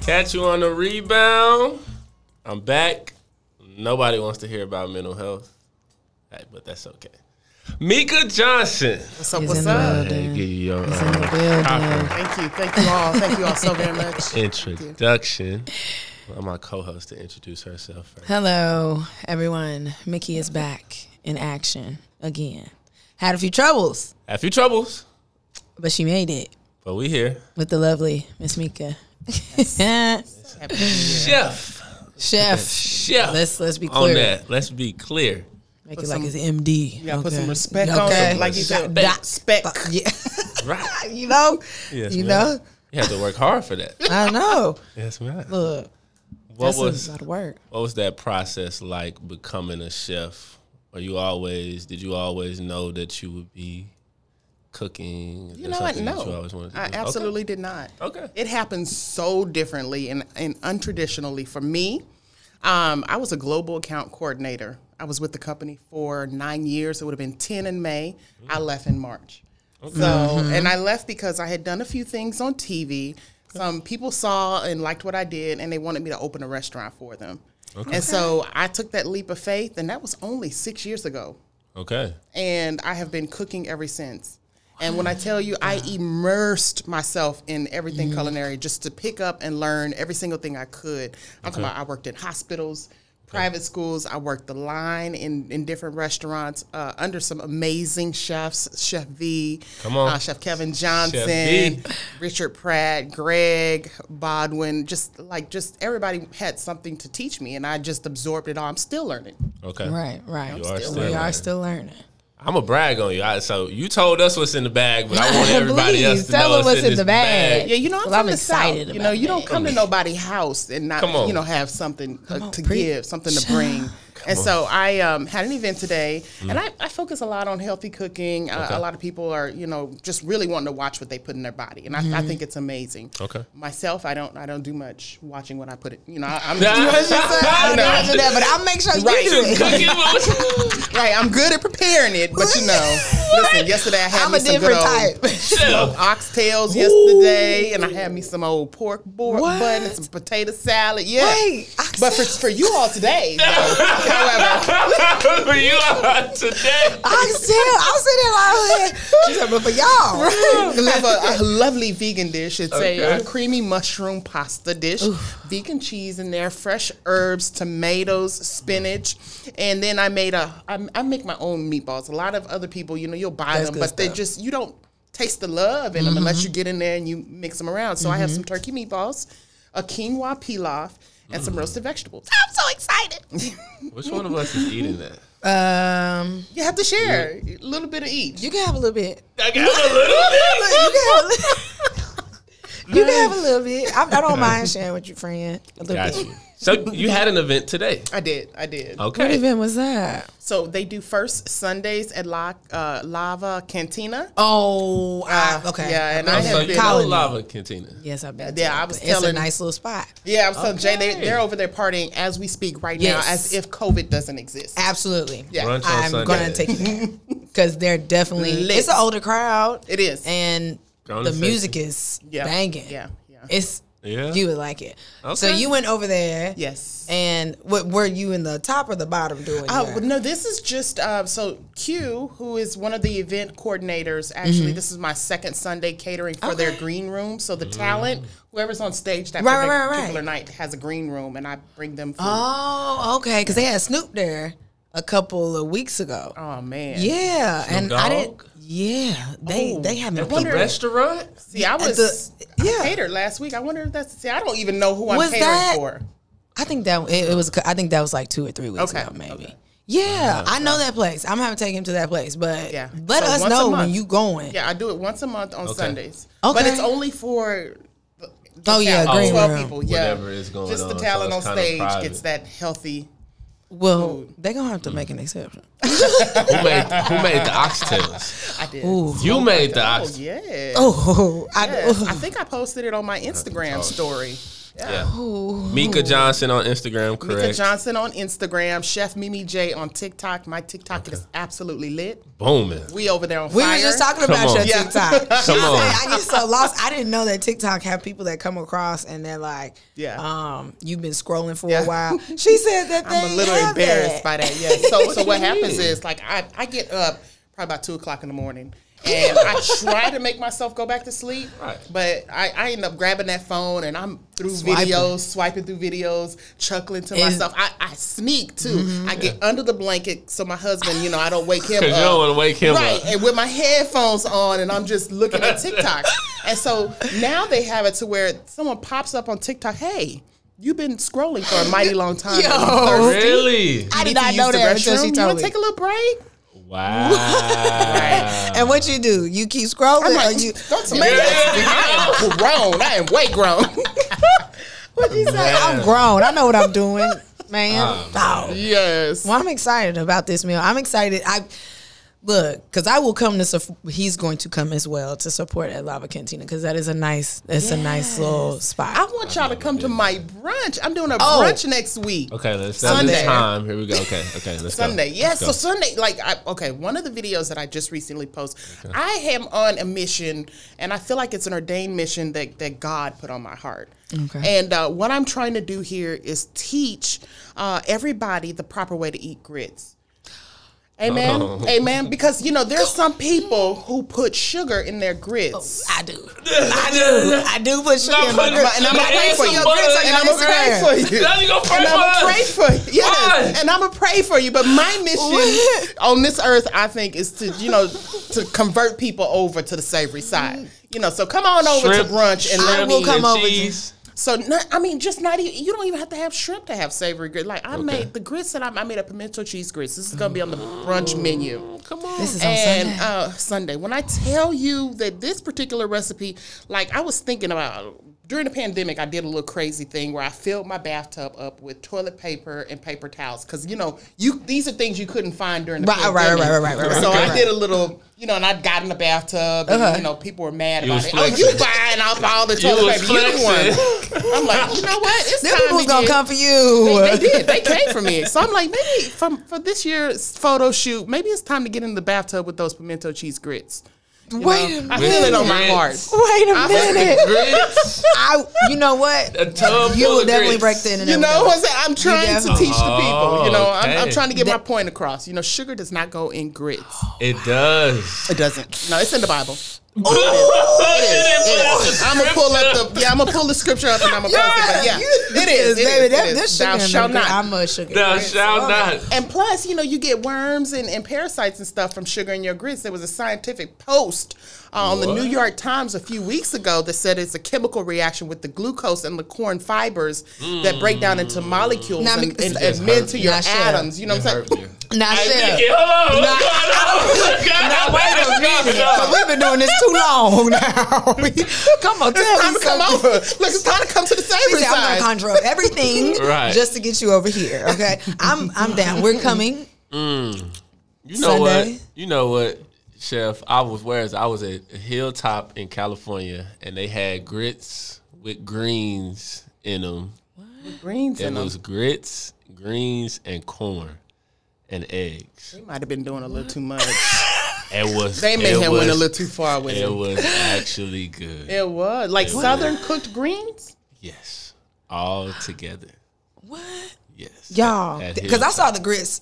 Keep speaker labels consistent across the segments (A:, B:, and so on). A: Catch you on the rebound. I'm back. Nobody wants to hear about mental health, Hey, but that's okay. Mika Johnson.
B: What's up?
C: He's in
B: What's
C: the
B: up?
C: building.
A: Hey, give you your
C: He's in the
A: uh,
C: building.
A: proper
B: Thank you. Thank you all. Thank you all so very much.
A: introduction. Well, my co-host to introduce herself. First.
C: Hello, everyone. Mickey is back in action again. Had a few troubles,
A: Had a few troubles,
C: but she made it
A: but we here.
C: with the lovely Miss Mika.
B: Happy New Year.
A: Chef,
C: Chef.
A: chef.
C: Let's let's be
A: on
C: clear.
A: that. Let's be clear.
C: Make it like it's MD.
B: You gotta put some
C: Okay.
B: respect on
C: Okay.
B: it. Like you said,
C: Dot- dot-
B: spec.
C: Yeah.
A: Right.
C: you know.
A: Yes,
C: you
A: ma'am.
C: know.
A: You have to work hard for that.
C: I know.
A: Yes, man.
C: Look,
A: What
C: that's
A: was
C: a lot of work.
A: what was that process like becoming a chef? Are you always did you always know that you would be cooking? Is
B: You
A: that
B: know what?
A: something that you
B: No.
A: always wanted to
B: I
A: do?
B: absolutely did not.
A: Okay. okay.
B: It happened so differently and, and untraditionally for me. Um, I was a global account coordinator. I was with the company for nine years. It would have been 10 in May. I left in March. So, and I left because I had done a few things on TV. Some people saw and liked what I did, and they wanted me to open a restaurant for them. And so I took that leap of faith, and that was only six years ago
A: Okay.
B: and I have been cooking ever since. And when I tell you, I immersed myself in everything culinary just to pick up and learn every single thing I could. I'm talking about I worked in hospitals, private schools, I worked the line in, in different restaurants uh, under some amazing chefs Chef V,
A: Come on.
B: uh, Chef Kevin Johnson,
A: V.
B: Richard Pratt, Greg Bodwin, just like just everybody had something to teach me, and I just absorbed it all. I'm still learning.
A: Okay.
C: Right, right.
A: You are still
C: we are
A: learning.
C: still learning.
A: I'm gonna brag on you. I, so you told us what's in the bag, but I want everybody
C: Please,
A: else to
C: tell
A: know
C: them what's in
A: this
C: the bag.
B: Yeah, you know, I'm,
C: Well, I'm
B: from the
C: excited
B: South. You
C: about
B: know, you
C: that.
B: don't come to nobody's house and not,
A: Come on.
B: you know, have something uh,
C: on,
B: to
C: preach.
B: give, something to bring. and so I um, had an event today, and I, I focus a lot on healthy cooking. Uh,
A: Mm. Okay.
B: A lot of people are, you know, just really wanting to watch what they put in their body, and I,
C: Mm-hmm.
B: I think it's amazing.
A: Okay.
B: Myself, I don't, I don't do much watching what I put it. You know, I, I'm
C: I
B: you
C: don't
B: know,
C: answer that, but I'll make sure you
B: Right.
C: do it.
A: Cooking with
B: right. I'm good at preparing it, but you know, listen. Yesterday I had
C: I'm
B: me
C: a
B: some good
C: different
B: old-
C: type.
A: chef.
B: oxtails yesterday, and I had me some old pork board
C: What?
B: bun and some potato salad. Yeah,
C: Wait,
B: but for, for you all today, though, however,
A: you are today.
C: I still, I'm sitting there like, oh, yeah. she said, but for
B: I
C: y'all,
B: have a, a lovely vegan dish. It's a, uh
A: Okay.
B: creamy mushroom pasta dish, vegan cheese in there, fresh herbs, tomatoes, spinach, and then I made a. I, I make my own meatballs. A lot of other people, you know, you'll buy
C: That's
B: them,
C: good
B: but they
C: stuff. Mm-hmm.
B: just you don't taste the love in them unless you get in there and you mix them around. So I have some turkey meatballs, a quinoa pilaf, and
C: Mm.
B: some roasted vegetables.
C: I'm so excited.
A: Which one of us is eating that?
C: Um,
B: You have to share a little bit of each.
C: you can have a little bit.
A: I got a little bit.
C: You can have a little. You can have a little bit. I, I don't mind sharing with your friend. A little
A: Got
C: bit.
A: you. So you had an event today.
B: I did. I did.
C: What
A: Okay.
C: event was that?
B: So they do first Sundays at La uh, Lava Cantina.
C: Oh, I,
B: Uh,
C: okay.
B: yeah, and
C: Okay.
B: I
A: so
B: have
A: you
B: been-
A: know
C: Colony.
A: Lava Cantina.
C: yes, I've been.
B: Yeah,
C: to it,
B: I was
C: but it's a
B: telling-
C: nice little spot.
B: Yeah, I'm so Jay, they,
A: Okay.
B: they're over there partying as we speak right
C: Yes.
B: now, as if COVID doesn't exist.
C: Absolutely.
B: Yeah.
A: Brunch on
C: I'm
A: Sunday.
C: gonna take it because they're definitely.
B: Lit.
C: It's an older crowd.
B: It is.
C: and
A: Grown
C: the
A: and
C: music is
B: Yeah.
C: banging.
B: Yeah, yeah.
C: It's
A: Yeah.
C: you would like it. So
A: Okay.
C: you went over there.
B: yes.
C: And what were you in the top or the bottom doing?
B: Oh
C: your-
B: well, no, this is just uh, so Q, who is one of the event coordinators. Actually,
C: Mm-hmm.
B: this is my second Sunday catering for their green room. So the talent, whoever's on stage that
C: Mm. Right,
B: particular
C: right, right,
B: particular night, has a green room, and I bring them. Food. Oh.
C: Oh, okay. Because they had Snoop there a couple of weeks ago.
B: Oh, man,
C: yeah, and I didn't.
A: Dogg?
C: Yeah,
B: Oh,
C: they they haven't.
A: At the restaurant?
B: See, I was
C: the- yeah.
B: I catered last week. I wonder if that's. See, I don't even know who I'm
C: Was
B: catering
C: that-
B: for.
C: I think that it, it was. I think that was like two or three weeks
B: Okay,
C: ago, maybe. Yeah, I know that place. I'm gonna take him to that place, but
B: Yeah.
C: let
B: So
C: us
B: once a
C: know when
B: month.
C: you going.
B: Yeah, I do it once a month on Sundays. But
C: Okay.
B: it's only for the- the
C: Oh, yeah,
B: talent,
C: green
B: twelve
C: room.
B: people. Yeah,
A: Whatever is going
B: just the
A: on, so
B: talent
A: it's
B: on
A: kinda
B: stage
A: private.
B: gets that healthy.
C: Well, they gonna have to make an exception.
A: Who made who made the oxtails?
B: I did.
A: You made the
B: Oh
A: oxtails.
B: yeah.
C: Oh, I,
B: Yes. I think I posted it on my Instagram story.
A: Yeah.
C: Oh.
A: Mika Johnson on Instagram, correct?
B: Mika Johnson on Instagram, Chef Mimi J on TikTok. My TikTok is absolutely lit.
A: Booming.
B: We over there on
C: We
B: fire.
C: were just talking
A: Come
C: about
A: on.
C: your
A: Yeah.
C: TikTok.
A: Come on.
C: I get so lost. I didn't know that TikTok had people that come across and they're like,
B: Yeah.
C: um, you've been scrolling for
B: Yeah.
C: a while." She said that they
B: I'm a little
C: have
B: embarrassed
C: that.
B: by that. Yeah. So so what happens is like I, I get up probably about two o'clock in the morning. And I try to make myself go back to sleep,
A: Right.
B: but I, I end up grabbing that phone and I'm through
C: Swiping.
B: videos, swiping through videos, chuckling to
C: And-
B: myself. I, I sneak too. I get under the blanket so my husband, you know, I don't wake him up.
A: Because you
C: uh,
A: don't want to wake him
B: right,
A: up.
B: and with my headphones on, and I'm just looking at TikTok. and so now they have it to where someone pops up on TikTok, hey, you've been scrolling for a mighty long time.
C: Yo.
B: Are you thirsty?
A: Really?
C: I
B: You
C: did
B: need to
C: not
B: use
C: know
B: the
C: that until
B: restroom?
C: she
B: You
C: told
B: wanna
C: me.
B: take a little break?
A: Wow.
C: and what you do? You keep scrolling.
B: I'm
C: or
B: like,
C: you,
B: don't tell me that. I am grown. I am way grown.
C: what you say? I'm
A: Man.
C: grown. I know what I'm doing, man. Oh.
A: Um,
B: yes.
C: Well, I'm excited about this meal. I'm excited. I look because I will come to. sup- He's going to come as well to support at Lava Cantina because that is a nice. It's a nice little spot.
B: I want y'all to come to my brunch. I'm doing a
C: Oh.
B: brunch next week.
A: Okay, let's set the
B: Sunday.
A: time. Here we go. Okay, okay, let's go.
B: Sunday, yes. So
A: Let's go.
B: Sunday, like, I, okay, one of the videos that I just recently posted, I am on a mission, and I feel like it's an ordained mission that that God put on my heart.
C: Okay.
B: And uh, what I'm trying to do here is teach uh, everybody the proper way to eat grits. Amen.
A: Oh.
B: Amen. Because you know there's some people who put sugar in their grits.
C: I do. I do. I do put sugar in my
A: put-
C: grits.
B: And I'm gonna
A: And
B: pray for
A: some
B: you.
A: butter
B: And I'm gonna
C: in
B: pray for you.
A: Now you gonna pray
B: And
A: for
B: I'm gonna
A: us.
B: pray for you.
A: Why?
B: Yes. And I'm gonna pray for you. But my mission on this earth, I think, is to you know to convert people over to the savory side. You know, so come on over
A: Shrimp-
B: to brunch and
C: I
B: let
A: shrimp
C: will
B: me.
C: come
A: and
C: over to-
A: cheese.
B: So not, I mean, just not even. You don't even have to have shrimp to have savory grits. Like I made the grits that I, I made a pimento cheese grits. This is gonna be on the brunch menu.
A: Mm, Come on.
C: This is on
B: And
C: Sunday.
B: Uh, Sunday, when I tell you that this particular recipe, like I was thinking about during the pandemic, I did a little crazy thing where I filled my bathtub up with toilet paper and paper towels because you know you these are things you couldn't find during the
C: Right, right,
B: pandemic.
C: right, right, right, right, Uh-huh. right,
B: So
C: right.
B: I did a little, you know, and I got in the bathtub, and
C: Okay.
B: you know, people were mad
A: You was
B: about it. Oh, you
A: flexing.
B: buying up all the toilet
A: was
B: paper? You didn't
A: flexing.
B: want. it. I'm like, you know what? It's
C: Them
B: time
C: people
B: to
C: was gonna
B: get-
C: come for you.
B: they, they did. They came for me. So I'm like, maybe from for this year's photo shoot, maybe it's time to get in the bathtub with those pimento cheese grits.
C: Wait a
B: I feel it on my heart.
A: Grits.
C: Wait a
B: I-
C: minute.
A: Grits.
C: I. You know what?
A: A tub
C: You
A: full
C: will
A: of
C: definitely break
A: grits.
C: the internet.
B: You
C: with
B: know
C: that.
B: what I'm saying? I'm trying to
C: definitely-
B: teach the people. You know, I'm, I'm
A: Okay.
B: trying to get my point across. You know, sugar does not go in grits.
A: It does.
B: It doesn't. No, it's in the Bible. I'm gonna
A: I'm
B: pull up the yeah. I'm gonna pull the scripture up and I'm gonna post it. But yeah, it Ah, is. It
C: baby.
B: is,
C: that,
B: it
C: this
B: is.
C: sugar
B: Thou
C: in them
B: shalt
C: grits.
B: not.
C: I'm a sugar.
A: Thou
C: grits.
A: shalt
C: Oh,
A: not.
B: And plus, you know, you get worms and, and parasites and stuff from sugar in your grits. There was a scientific post uh, on the
A: What?
B: New York Times a few weeks ago that said it's a chemical reaction with the glucose and the corn fibers that break down into
A: Hmm.
B: molecules
C: Now,
B: and,
C: because-
B: and
C: It
A: just
B: admit
A: hurt
B: to
A: me.
B: your
C: Now, Cheryl.
B: atoms. You know what I'm saying?
C: Now, Cheryl.
A: Nikki, hold on. What's
C: Nah,
A: going on? God,
C: wait a
A: what's
C: minute.
A: going on?
C: 'cause we've been doing this too long now. come on, tell
B: It's time
C: me
B: to come
C: something.
B: over. Look, it's time to come to the
C: She
B: savory
C: said, I'm
B: side.
C: gonna conjure up everything
A: Right.
C: just to get you over here. Okay, I'm I'm down. We're coming.
A: You know
C: Sunday.
A: what? You know what, Chef? I was whereas I was at Hilltop in California, and they had grits with greens in them.
B: Greens
A: It
B: in them.
A: was grits, greens, and corn, and eggs.
B: They might have been doing a little too much.
A: It was.
B: They may
A: it
B: have
A: was,
B: went a little too far with
A: It
B: it.
A: was actually good.
B: It was like southern cooked greens.
A: Yes, all together.
C: What,
A: Yes,
C: y'all?
A: At
C: Because I
A: Hilltop.
C: saw the grits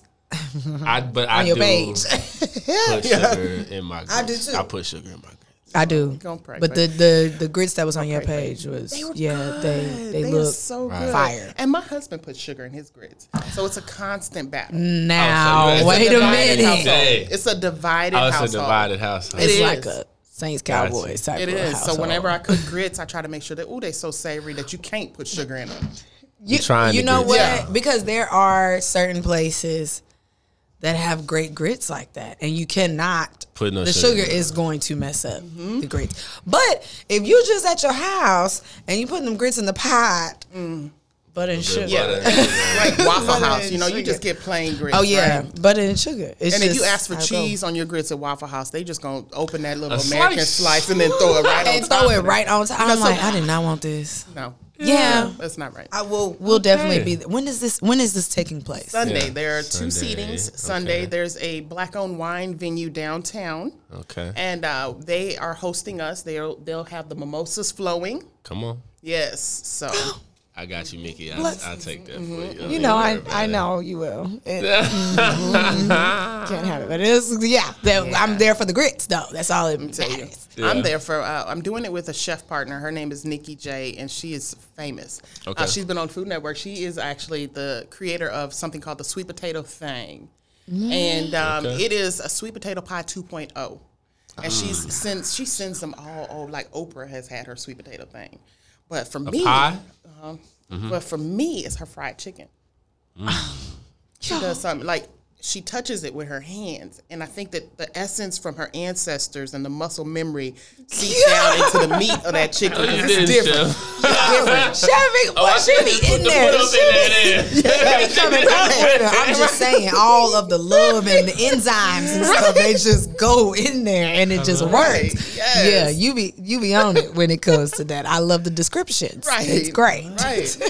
A: I but I
C: on your
A: do
C: page.
A: put sugar in my. Grits. I
C: do too.
A: I put sugar in my grits.
C: I do.
B: Gonna pray,
C: But the,
B: pray.
C: the the grits that was on your page was yeah they they,
B: They are
C: look
B: so
A: Right.
B: good.
C: fire.
B: And my husband puts sugar in his grits, so it's a constant battle.
C: now.
A: Oh, so you-
C: wait
A: it's
C: a
A: a
B: divided
C: minute.
B: household.
A: Hey.
B: It's a divided
A: Oh,
B: household.
A: it's a divided household.
B: It
C: It's
B: is.
C: like a Saints Cowboys type.
B: It
C: of
B: is.
C: household.
B: So whenever I cook grits, I try to make sure that oh, they're so savory that you can't put sugar in them.
C: you,
A: trying
C: you
A: the
C: know
A: grits.
C: what?
B: Yeah.
C: Because there are certain places that have great grits like that, and you cannot
A: Put no
C: the
A: sugar
C: sugar
A: in
C: is going to mess up
B: Mm-hmm.
C: the grits. But if you just at your house and you putting them grits in the pot,
B: Mm.
C: butter and sugar.
A: Yeah.
B: Like Waffle
C: Butter
B: House,
C: and
B: you know, you
C: sugar.
B: just get plain grits.
C: Oh yeah,
B: right?
C: butter and sugar. It's
B: And if you
C: just
B: ask for
C: how it
B: cheese on your grits at Waffle House, they just gonna open that little
A: A
B: American
A: slice.
B: slice. and then throw it
C: goes.
B: right on
C: and
B: top.
C: throw it right on top. I'm
B: know, so-
C: like, I did not want this.
B: No,
C: Yeah.
B: That's not right.
C: I will. We'll definitely be. There. When is this? When is this taking place?
B: Sunday,
A: Yeah.
B: there are two
A: Sunday,
B: seatings. Sunday,
A: okay.
B: there's a black owned wine venue downtown,
A: Okay.
B: and uh, they are hosting us. They'll, they'll have the mimosas flowing.
A: Come on.
B: Yes. So,
A: I got you, Mickey. I, I'll take that for you.
C: You know, I, I know you will. It- Mhm. Can't have it, but it's yeah. that- I'm there for the grits, though. That's all it
B: tell you,
C: matters.
B: I'm there for, uh, I'm doing it with a chef partner. Her name is Nikki J, and she is famous. Uh,
A: Okay.
B: she's been on Food Network. She is actually the creator of something called the sweet potato thing. And um,
A: Mm. Okay.
B: it is a sweet potato pie 2.0. And
A: Ah.
B: she's sends she sends them all oh, like Oprah has had her sweet potato thing. But for me,
A: Pie? Mm-hmm.
B: But for me, it's her fried chicken.
A: Mm.
B: she does something like she touches it with her hands, and I think that the essence from her ancestors and the muscle memory seeps down into the meat of that chicken. 'cause
A: You
B: it's
A: did,
B: different.
A: Chef.
C: Chevy,
A: Oh, I
C: what should
A: should've
C: be
A: put
C: in
A: the
C: there?
A: put up in there.
C: They be coming out with it. I'm just saying, all of the love and the enzymes and stuff, they just go in there and it just
B: Right,
C: works.
B: yes.
C: Yeah, you be you be on it when it comes to that. I love the descriptions.
B: Right.
C: It's great.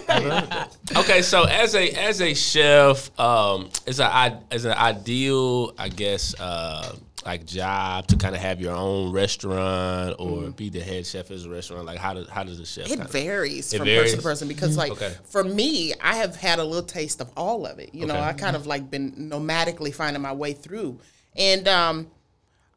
B: Right.
A: Okay, so as a as a chef, um, it's a is an ideal, I guess, uh, like job to kind of have your own restaurant or be the head chef at a restaurant. Like, how does how does a chef?
B: Mm-hmm. It
A: kinda-
B: varies
A: It
B: from person
A: varies?
B: to person
C: Mm-hmm.
B: because, like,
A: Okay.
B: for me, I have had a little taste of all of it. You know,
A: Okay. Mm-hmm.
B: I kind of like been nomadically finding my way through, and um,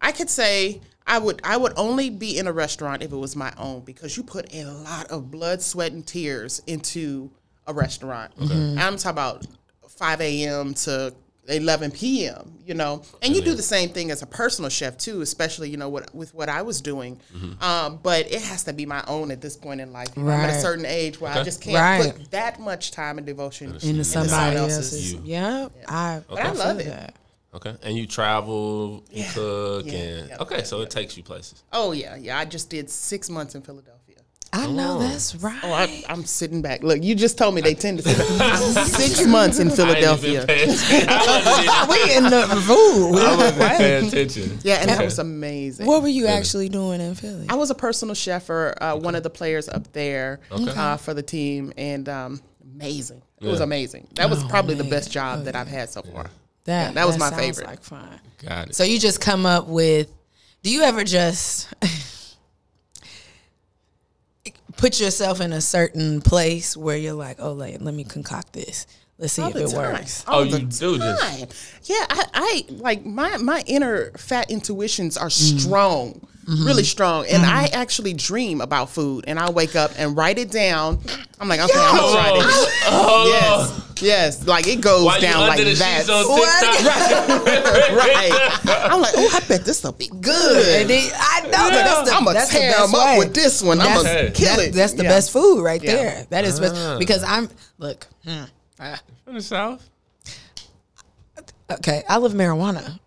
B: I could say I would I would only be in a restaurant if it was my own because you put a lot of blood, sweat, and tears into a restaurant. I'm talking about 5 a.m. to 11 p.m. You know, and you do the same thing as a personal chef too, especially you know what with what I was doing. Um, but it has to be my own at this point in life. I'm at a
C: Right.
B: certain age where I just can't
C: Right.
B: put that much time and devotion
C: Into somebody
B: someone
C: else's.
A: You.
C: Yeah. I,
B: But I love it.
C: that.
A: Okay, and you travel, you cook,
B: yeah,
A: and
B: yeah,
A: okay, so it takes you places.
B: Oh yeah, yeah. I just did six months in Philadelphia.
C: I know that's right.
B: Oh, I, I'm sitting back. Look, you just told me they tend to sit back. six months in Philadelphia.
A: I ain't even paying- I wasn't even-
C: we in the food.
A: I wasn't even paying attention.
B: Yeah, and that was amazing.
C: What were you actually doing in Philly?
B: I was a personal chef for uh, one of the players up there uh, for the team, and um, amazing. It was amazing. That
C: Oh,
B: was probably the best job that I've had so far.
C: That,
B: that was my
C: sounds
B: favorite.
C: Like fun.
A: Got it.
C: So you just come up with. Do you ever just put yourself in a certain place where you're like, oh, like, let me concoct this. Let's see if
B: the
C: it
B: time.
C: works.
A: oh, you do this.
B: time. Yeah, I, I like my my inner fat intuitions are
A: Mm.
B: strong,
A: Mm-hmm.
B: really strong, and I actually dream about food, and I wake up and write it down. I'm like, okay, I'm gonna try this.
A: Oh, oh,
B: Yes, yes, like it goes
A: Why you
B: down
A: under
B: like
A: the
B: that.
A: sheets on
C: What?
A: TikTok?
B: right. I'm like, oh, I bet this will be
C: Good.
B: good.
C: And then- I know that that's the,
B: I'm gonna
C: that's the
B: tear
C: best
B: them up
C: way.
B: with this one. I'm gonna
A: That's-
B: kill
C: That-
B: it.
C: That's the
B: Yeah.
C: best food right
B: Yeah. Ah.
C: there. That is best because I'm look.
A: From the south.
C: okay, I love marijuana,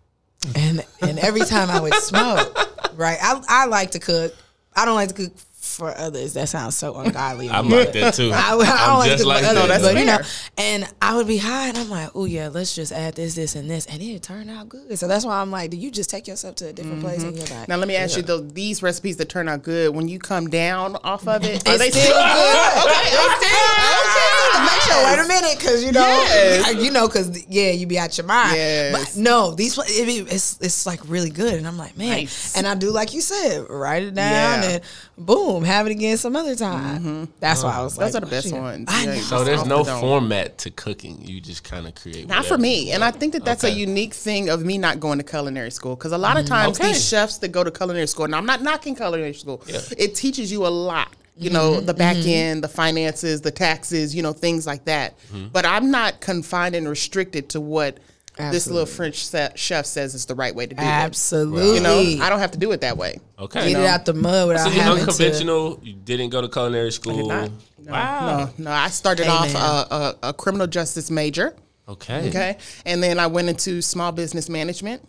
C: and and every time I would smoke, right? I I like to cook. I don't like to cook for others. That sounds so ungodly.
A: I'm like that too.
C: I, I don't
A: I'm
C: like to
A: just
C: cook
A: like
C: for others,
A: that.
C: but you know,
B: fair.
C: and I would be high, and I'm like, oh yeah, let's just add this, this, and this, and it turned out good. So that's why I'm like, do you just take yourself to a different place and you're like,
B: Mm-hmm. Now let me ask you though, these recipes that turn out good, when you come down off of it, are
C: It's
B: they
C: still
B: still
C: good.
B: good? okay, they
C: I
B: still
C: gotta
B: okay.
C: make sure. Wait a minute, because you know,
B: Yes.
C: you know, because yeah, you be out your mind.
B: Yes.
C: But no, these pla- it, be- it's it's like really good, and I'm like, man.
B: Nice.
C: And I do like you said, write it
B: Yeah.
C: down,
B: Mm-hmm.
C: and boom, have it again some other time. That's why I was like,
B: Those are the
C: well,
B: best
C: shit.
B: ones.
C: I
B: Yeah,
C: know.
B: just
A: So there's
B: off
A: no
B: the dome.
A: format to cooking. You just kind of create.
B: Not for
A: whatever.
B: me. And I think that that's a
A: Okay. Mm-hmm.
B: unique thing of me not going to culinary school. Because a lot of times
A: Okay.
B: these chefs that go to culinary school, and I'm not knocking culinary school, it teaches you a lot. You know,
A: Mm-hmm.
B: the back end, the finances, the taxes, you know, things like that.
A: Mm-hmm.
B: But I'm not confined and restricted to what this little French se- chef says is the right way to do it.
C: Absolutely.
B: You know, I don't have to do it that way.
A: Okay.
C: Get it out the mud without
A: So you're
C: having to.
A: unconventional. You didn't go to culinary school.
B: not.
A: Wow.
B: No, no, I started
C: Amen.
B: off a, a, a criminal justice major.
A: Okay.
B: Okay. And then I went into small business management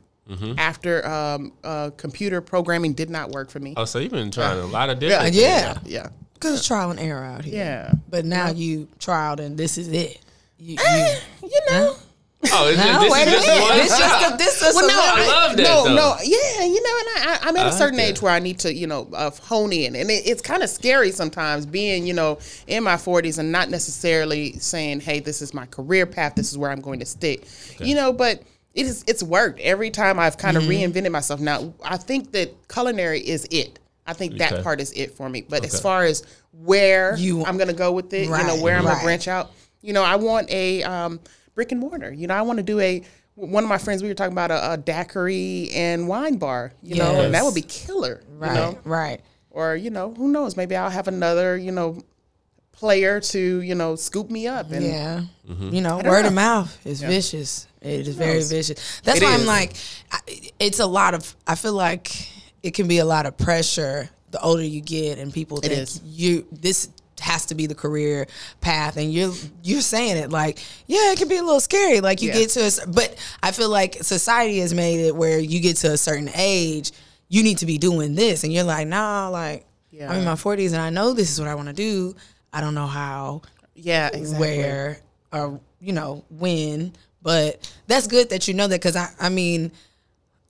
B: after um, uh, computer programming did not work for me.
A: Oh, so you've been trying a lot of different. things.
C: Yeah,
B: Yeah.
C: because trial and error out here.
B: Yeah.
C: But now you trialed, and this is it. You, you-
B: Ah, You know,
A: Oh, it's just,
C: No,
A: this
C: wait
A: is
C: a
A: just
C: minute.
A: one
C: This
A: shot.
C: just a, this is
B: Well, no,
C: a little-
A: I love that,
B: No,
A: though.
B: no, yeah, you know, and I, I, I'm at a
A: like
B: certain
A: that.
B: age where I need to, you know, uh, hone in, and it, it's kind of scary sometimes being, you know, in my 40s and not necessarily saying, "Hey, this is my career path. This is where I'm going to stick," you know, but. It is, it's worked every time I've kind of
A: Mm-hmm.
B: reinvented myself. Now, I think that culinary is it. I think that
A: Okay.
B: part is it for me. But as
A: Okay.
B: far as where
C: You-
B: I'm going to go with it, you
C: Right,
B: know, where I'm going
C: right.
B: to branch out, you know, I want a um, brick and mortar. You know, I want to do a, one of my friends, we were talking about a, a daiquiri and wine bar, you know, and that would be killer,
C: Right,
B: you know.
C: right.
B: Or, you know, who knows, maybe I'll have another, you know, player to, you know, scoop me up. And mm-hmm.
C: Yeah. You know, word of
B: know.
C: mouth is vicious. It is very vicious. That's
B: It
C: why I'm
B: is.
C: like, I, it's a lot of, I feel like it can be a lot of pressure the older you get and people think
B: is.
C: you, this has to be the career path and you're you're saying it like yeah it can be a little scary like you
B: Yeah.
C: get to a, cer- but i feel like society has made it where you get to a certain age you need to be doing this and you're like nah like i'm in
B: Yeah.
C: my 40s and i know this is what i want to do i don't know how
B: yeah, exactly.
C: where or you know when but that's good that you know that because I, I mean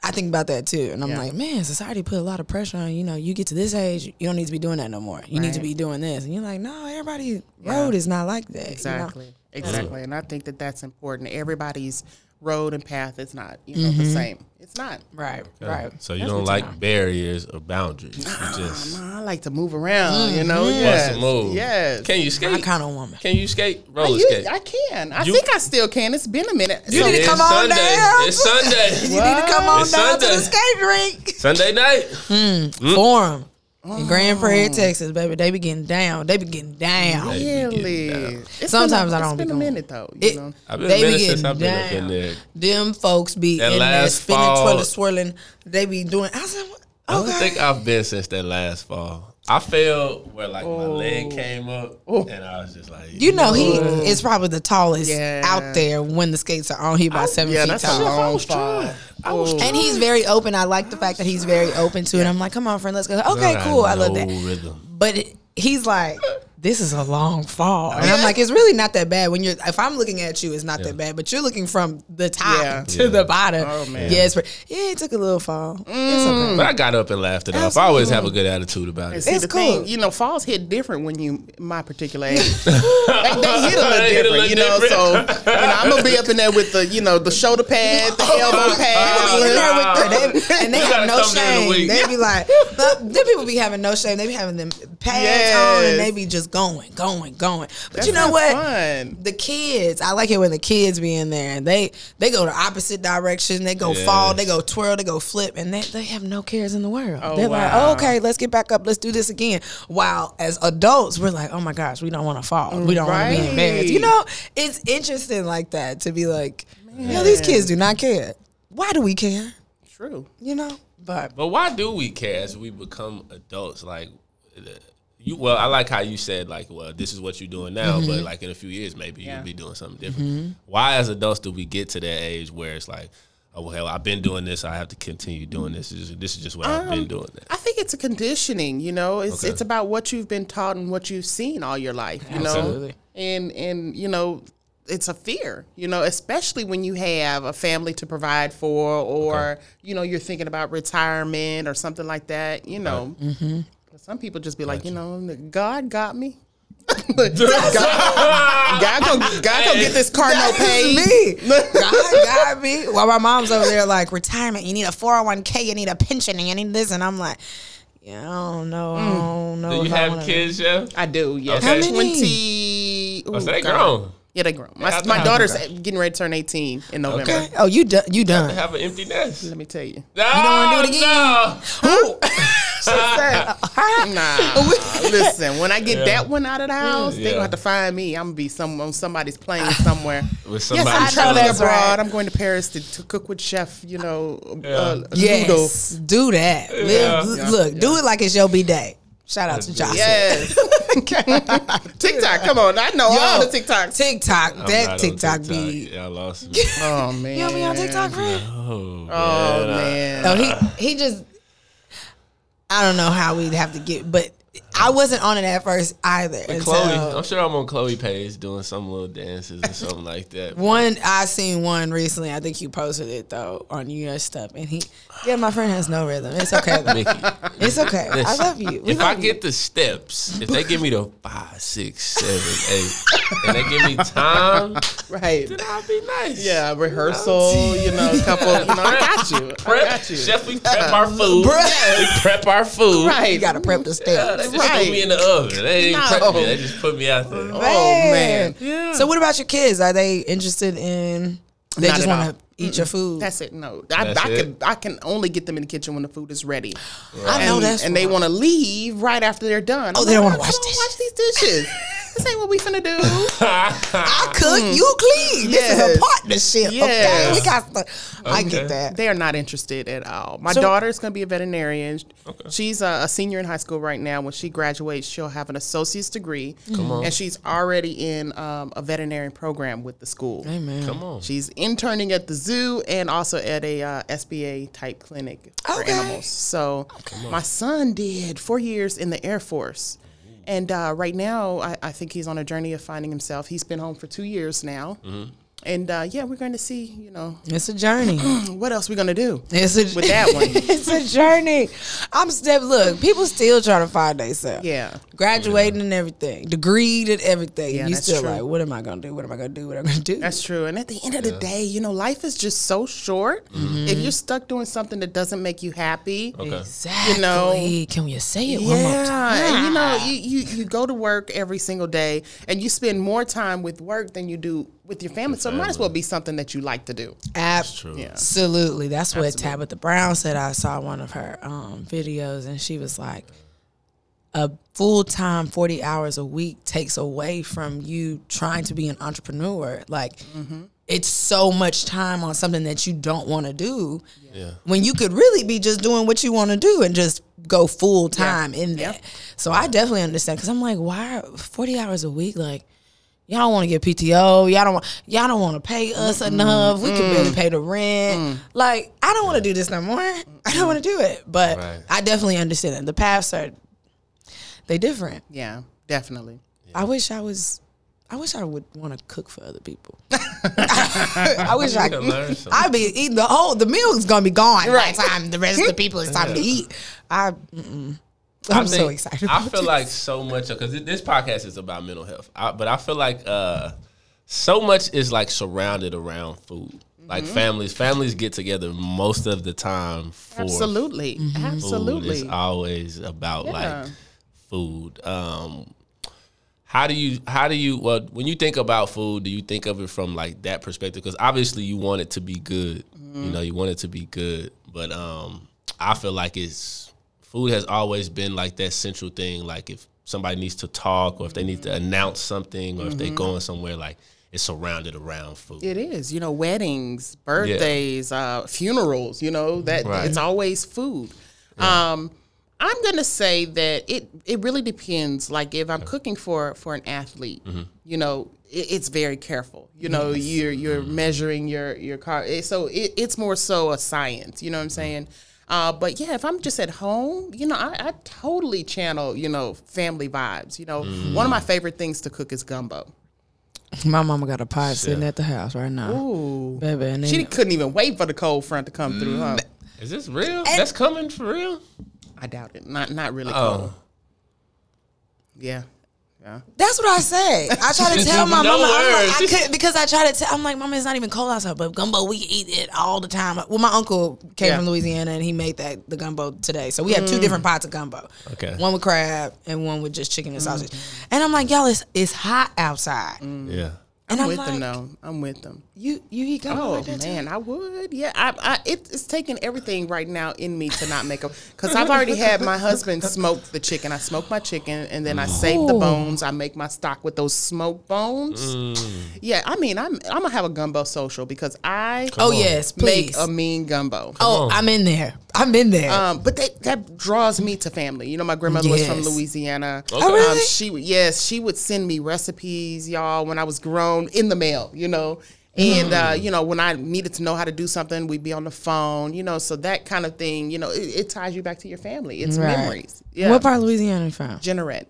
C: i think about that too and i'm
B: Yeah.
C: like man society put a lot of pressure on you know you get to this age you don't need to be doing that no more you need to
B: Right.
C: be doing this and you're like no everybody road is not like that you know?
B: Exactly. Exactly. And I think that that's important. Everybody's road and path is not, you know,
C: Mm-hmm.
B: the same. It's not.
C: right right
A: So you don't like barriers or boundaries. You just
B: I like to move around,
C: Mm-hmm.
B: you know.
A: bust
B: Yes.
A: a move.
B: Yes.
A: Can you skate?
C: i'm kind of woman
A: Can you skate? Roller
B: You-
A: skate.
B: I can. I
A: You-
B: think I still can. It's been a minute.
C: You
B: So-
C: need to
A: It's
C: come on
A: Sunday.
C: down.
A: It's Sunday.
C: you need to come on
A: It's
C: down to the
A: Sunday. Hmm?
C: skate rink
A: Sunday night.
C: forum in grand
B: Mm.
C: prairie texas baby they be getting down they be getting down
A: Hey.
B: Really? It's
C: Sometimes
B: been,
C: I don't
B: It's been
C: be
B: a
C: going.
B: minute though. You
C: It-
B: know.
A: I've been
C: They
A: a
C: be
A: minute since
C: getting
A: I've been up
C: down.
A: in there.
C: Them folks be
A: That
C: in there
A: last
C: spinning,
A: fall-
C: twirling, swirling. They be doing. I said,
A: I don't
C: okay.
A: think I've been since that last fall. I fell where like my leg came up, and I was just like,
C: Oh. you know he is probably the tallest
B: Yeah.
C: out there when the skates are on. He about seven
B: yeah,
C: feet
B: that's a
C: tall.
B: long
A: was trying.
B: fall.
A: I was
C: And he's very open. I like the fact that he's very open to it. I'm like, come on, friend, let's go. Okay, cool. I love
A: no
C: that.
A: Rhythm.
C: But it- he's like, this is a long fall, and I'm like, it's really not that bad. When you're, if I'm looking at you, it's not that bad. But you're looking from the top
B: Yeah.
C: to
A: Yeah.
C: the bottom.
B: Oh, man. Mm.
C: Yes, yeah, it's- yeah, it took a little fall. It's okay.
A: But I got up and laughed it off. I always have a good attitude about it.
B: See,
C: It's
B: the
C: cool.
B: Thing, you know, falls hit different when you my particular age. they, they hit a little
A: They hit a
B: different, you know.
A: little
B: So you know, I'm gonna be up in there with the you know the shoulder pad, the elbow
C: Oh, They be in
B: pad.
C: there with the- they- and they
A: You gotta
C: have no
A: come during the
C: shame.
A: week.
C: They be like, the, them people be having no shame. They be having them pads on
B: Yes.
C: and they be just going, going, going. But you know
B: not
C: what?
B: fun.
C: The kids, I like it when the kids be in there and they they go the opposite direction. They go
A: Yes.
C: fall, they go twirl, they go flip, and they, they have no cares in the world. They're like,
B: wow.
C: oh, okay, let's get back up, let's do this again. While as adults, we're like, oh my gosh, we don't want to fall, we don't want to be
B: Right.
C: embarrassed. You know, it's interesting like that to be like, you know, these kids do not care. Why do we care?
B: True.
C: you know. But
A: But why do we care as we become adults? Like, uh, you well, I like how you said like, well, this is what you're doing now,
C: Mm-hmm.
A: but like in a few years, maybe you'll be doing something different. Why, as adults, do we get to that age where it's like, oh well, hell, I've been doing this, I have to continue doing this. This is, this is just what I've
C: Um,
A: been doing. Now.
B: I think it's a conditioning, you know. It's it's about what you've been taught and what you've seen all your life, you
A: Absolutely.
B: know. And and you know, it's a fear, you know, especially when you have a family to provide for or you know, you're thinking about retirement or something like that, you know.
A: Mm-hmm.
B: Some people just be like, you know, God got me. God, God gonna, God gonna get this car no pay.
C: me, God got me. While my mom's over there like retirement, you need a four hundred one k, you need a pension, and you need this, and I'm like, yeah, I don't know, I don't know.
A: Mm. Do you
C: if I
A: have
C: wanna-
A: kids, yeah?
B: I do, yeah.
A: Okay. How many?
B: Twenty.
A: Oh, so they
B: ooh,
A: grown.
B: Yeah, they grown. My,
A: out the
B: my
A: house.
B: daughter's getting ready to turn 18 in November.
A: Okay.
C: Oh, you done? You
A: They
C: done?
A: have an empty nest.
B: Let me tell you.
A: No,
C: wanna do it
A: No.
C: Ooh. uh,
B: Nah, listen. When I get that one out of the house,
A: Yeah.
B: they're gonna have to find me. I'm gonna be some on somebody's plane somewhere.
A: With
B: yes,
A: somebody
B: I'm
C: telling
B: traveling
C: us.
B: abroad.
C: Right.
B: I'm going to Paris to, to cook with Chef. You know, uh, Ludo.
C: Yes, do that. Live,
A: Yeah.
C: l- Look, do it like it's your b day. Shout out to Jocelyn.
B: Yes. TikTok. Come on, I know all the TikToks.
C: Oh, TikTok,
A: I'm not
C: that
A: on
C: TikTok, be.
A: Yeah, I lost. Me.
B: oh man.
C: You don't be on TikTok, friend?
A: Oh,
B: Oh
A: man.
B: man.
C: No, he he just. I don't know how we'd have to get, but I wasn't on it at first either.
A: But
C: until-
A: Chloe, I'm sure I'm on Chloe page doing some little dances or something like that.
C: One I seen one recently. I think you posted it though on your stuff, and he, yeah, my friend has no rhythm. It's okay though.
A: Mickey,
C: It's okay. I love you. We
A: if I
C: love you.
A: get the steps, if they give me the five, six, seven, eight, and they give me time,
B: Right.
A: then I'll be nice.
B: Yeah, rehearsal, you know, a couple. You know, I got you. I
A: Prep,
B: got you.
A: chef, we prep our food.
C: Bruh.
A: We prep our food.
B: Right.
C: you gotta prep the
A: Yeah,
C: steps.
A: they just
B: Right.
A: put me in the oven. They didn't even prep
B: No.
A: me. They just put me out there.
B: Oh, man.
A: Yeah.
C: So what about your kids? Are they interested in? They
B: Not
C: just
B: at all.
C: want to eat your food.
B: That's it. No, I,
A: That's
B: I
A: it.
B: can I can only get them in the kitchen when the food is ready.
C: I know
B: and,
C: Oh, that's.
B: and they
C: right.
B: want to leave right after they're done. Oh,
C: they don't wanna wash
B: don't
C: dishes."
B: wash these dishes. this ain't what we finna do.
C: I cook, you clean. This is
B: Mm. Yes.
C: a partnership. Okay,
B: Yes.
C: we got. To, I
A: Okay.
C: get that.
B: they are not interested at all. My daughter's gonna be a veterinarian. She's a, a senior in high school right now. When she graduates, she'll have an associate's degree, and she's already in um, a veterinarian program with the school.
C: Amen.
A: Come on.
B: She's interning at the zoo and also at a uh, SBA type clinic for
C: Okay.
B: animals. So my son did four years in the Air Force. And uh, right now, I, I think he's on a journey of finding himself. He's been home for two years now. And uh, yeah, we're going to see, you know,
C: It's a journey.
B: what else we going to do
C: It's a
B: with that one.
C: it's a journey. I'm still look. People still trying to find themselves.
B: Yeah.
C: graduating and everything, degreed and everything.
B: Yeah,
C: you
B: that's
C: still
B: true.
C: like, what am I gonna do? What am I gonna do? What am I gonna do?
B: That's true. And at the end of the day, you know, life is just so short. If you're stuck doing something that doesn't make you happy,
A: Okay.
C: exactly.
B: You know.
C: Can you say it one more time?
B: Yeah, and you know, you, you you go to work every single day, and you spend more time with work than you do with your family. So it might as well be something that you like to do.
C: Absolutely. That's what Tabitha Brown said. I saw one of her um, videos and she was like, a full time 40 hours a week takes away from you trying to be an entrepreneur. Like, it's so much time on something that you don't want to do
A: Yeah.
C: when you could really be just doing what you want to do and just go full time in that. So I definitely understand because I'm like, why 40 hours a week? Like, y'all don't want to get PTO. Y'all don't want y'all don't want to pay us enough. We can barely pay the rent. Like I don't want to do this no more. I don't want to do it. But
A: Right.
C: I definitely understand that the paths are they different.
B: Yeah, definitely.
C: I wish I was. I wish I would want to cook for other people. I wish I.
A: gotta learn something.
C: I'd be eating the whole. The meal is gonna be gone by the time the rest of the people it's time to eat. I. Mm-mm. I'm so
A: think-
C: excited.
A: I
C: about
A: feel
C: this.
A: like so much because this podcast is about mental health, I, but I feel like uh, so much is like surrounded around food. Like
C: Mm-hmm.
A: families, families get together most of the time for
B: Absolutely,
A: food. It's
B: absolutely.
A: always about
B: Yeah.
A: like food. Um, how do you how do you well when you think about food do you think of it from like that perspective because obviously you want it to be good you
B: Mm-hmm.
A: know you want it to be good but um i feel like it's food has always been like that central thing like if somebody needs to talk or if they need
B: Mm-hmm.
A: to announce something or if they're going somewhere like it's surrounded around food
B: It is, you know, weddings, birthdays, uh, funerals. You know that
A: Right.
B: it's always food. Um, I'm gonna say that it it really depends. Like if I'm cooking for for an athlete, you know, it, it's very careful. You know, you're you're measuring your your car. it- So it, it's more so a science. You know what I'm saying? Uh, but yeah, if I'm just at home, you know, I, I totally channel, you know, family vibes. You know, one of my favorite things to cook is gumbo.
C: my mama got a pot sitting at the house right now. Ooh, baby, and
B: She
C: then,
B: couldn't even wait for the cold front to come through, huh?
A: is this real that's coming for real
B: I doubt it. Not not really cold.
A: oh
B: Yeah.
C: that's what I say. I try to tell my
A: No
C: mama I'm like, I
A: words.
C: could because I try to tell. I'm like, mama, it's not even cold outside, but gumbo we eat it all the time. Well, my uncle came
B: Yeah.
C: from Louisiana and he made that the gumbo today, so we have two different pots of gumbo.
A: Okay.
C: one with crab and one with just chicken and sausage. And I'm like, y'all, it's it's hot outside,
A: yeah
C: and
B: I'm
C: I'm
B: with
C: like,
B: them though. I'm with them.
C: you you eat gumbo
B: Oh
C: like that too?
B: man, I would. Yeah, I, I it, it's taking everything right now in me to not make a because I've already had my husband smoke the chicken. I smoke my chicken and then I save the bones. I make my stock with those smoked bones. Yeah, I mean, I'm I'm gonna have a gumbo social because I
C: Oh yes,
B: make
C: please.
B: a mean gumbo.
C: oh, I'm in there. I'm in there.
B: Um, but that that draws me to family. You know, my grandmother was from
C: Yes.
B: Louisiana.
A: Oh, really?
B: Um, she yes, she would send me recipes, y'all, when I was grown in the mail. You know, And uh,
C: Mm.
B: you know, when I needed to know how to do something, we'd be on the phone. You know, so that kind of thing. You know, it, it ties you back to your family. It's
C: Right.
B: memories. Yeah.
C: What part of Louisiana are you from?
B: Generate.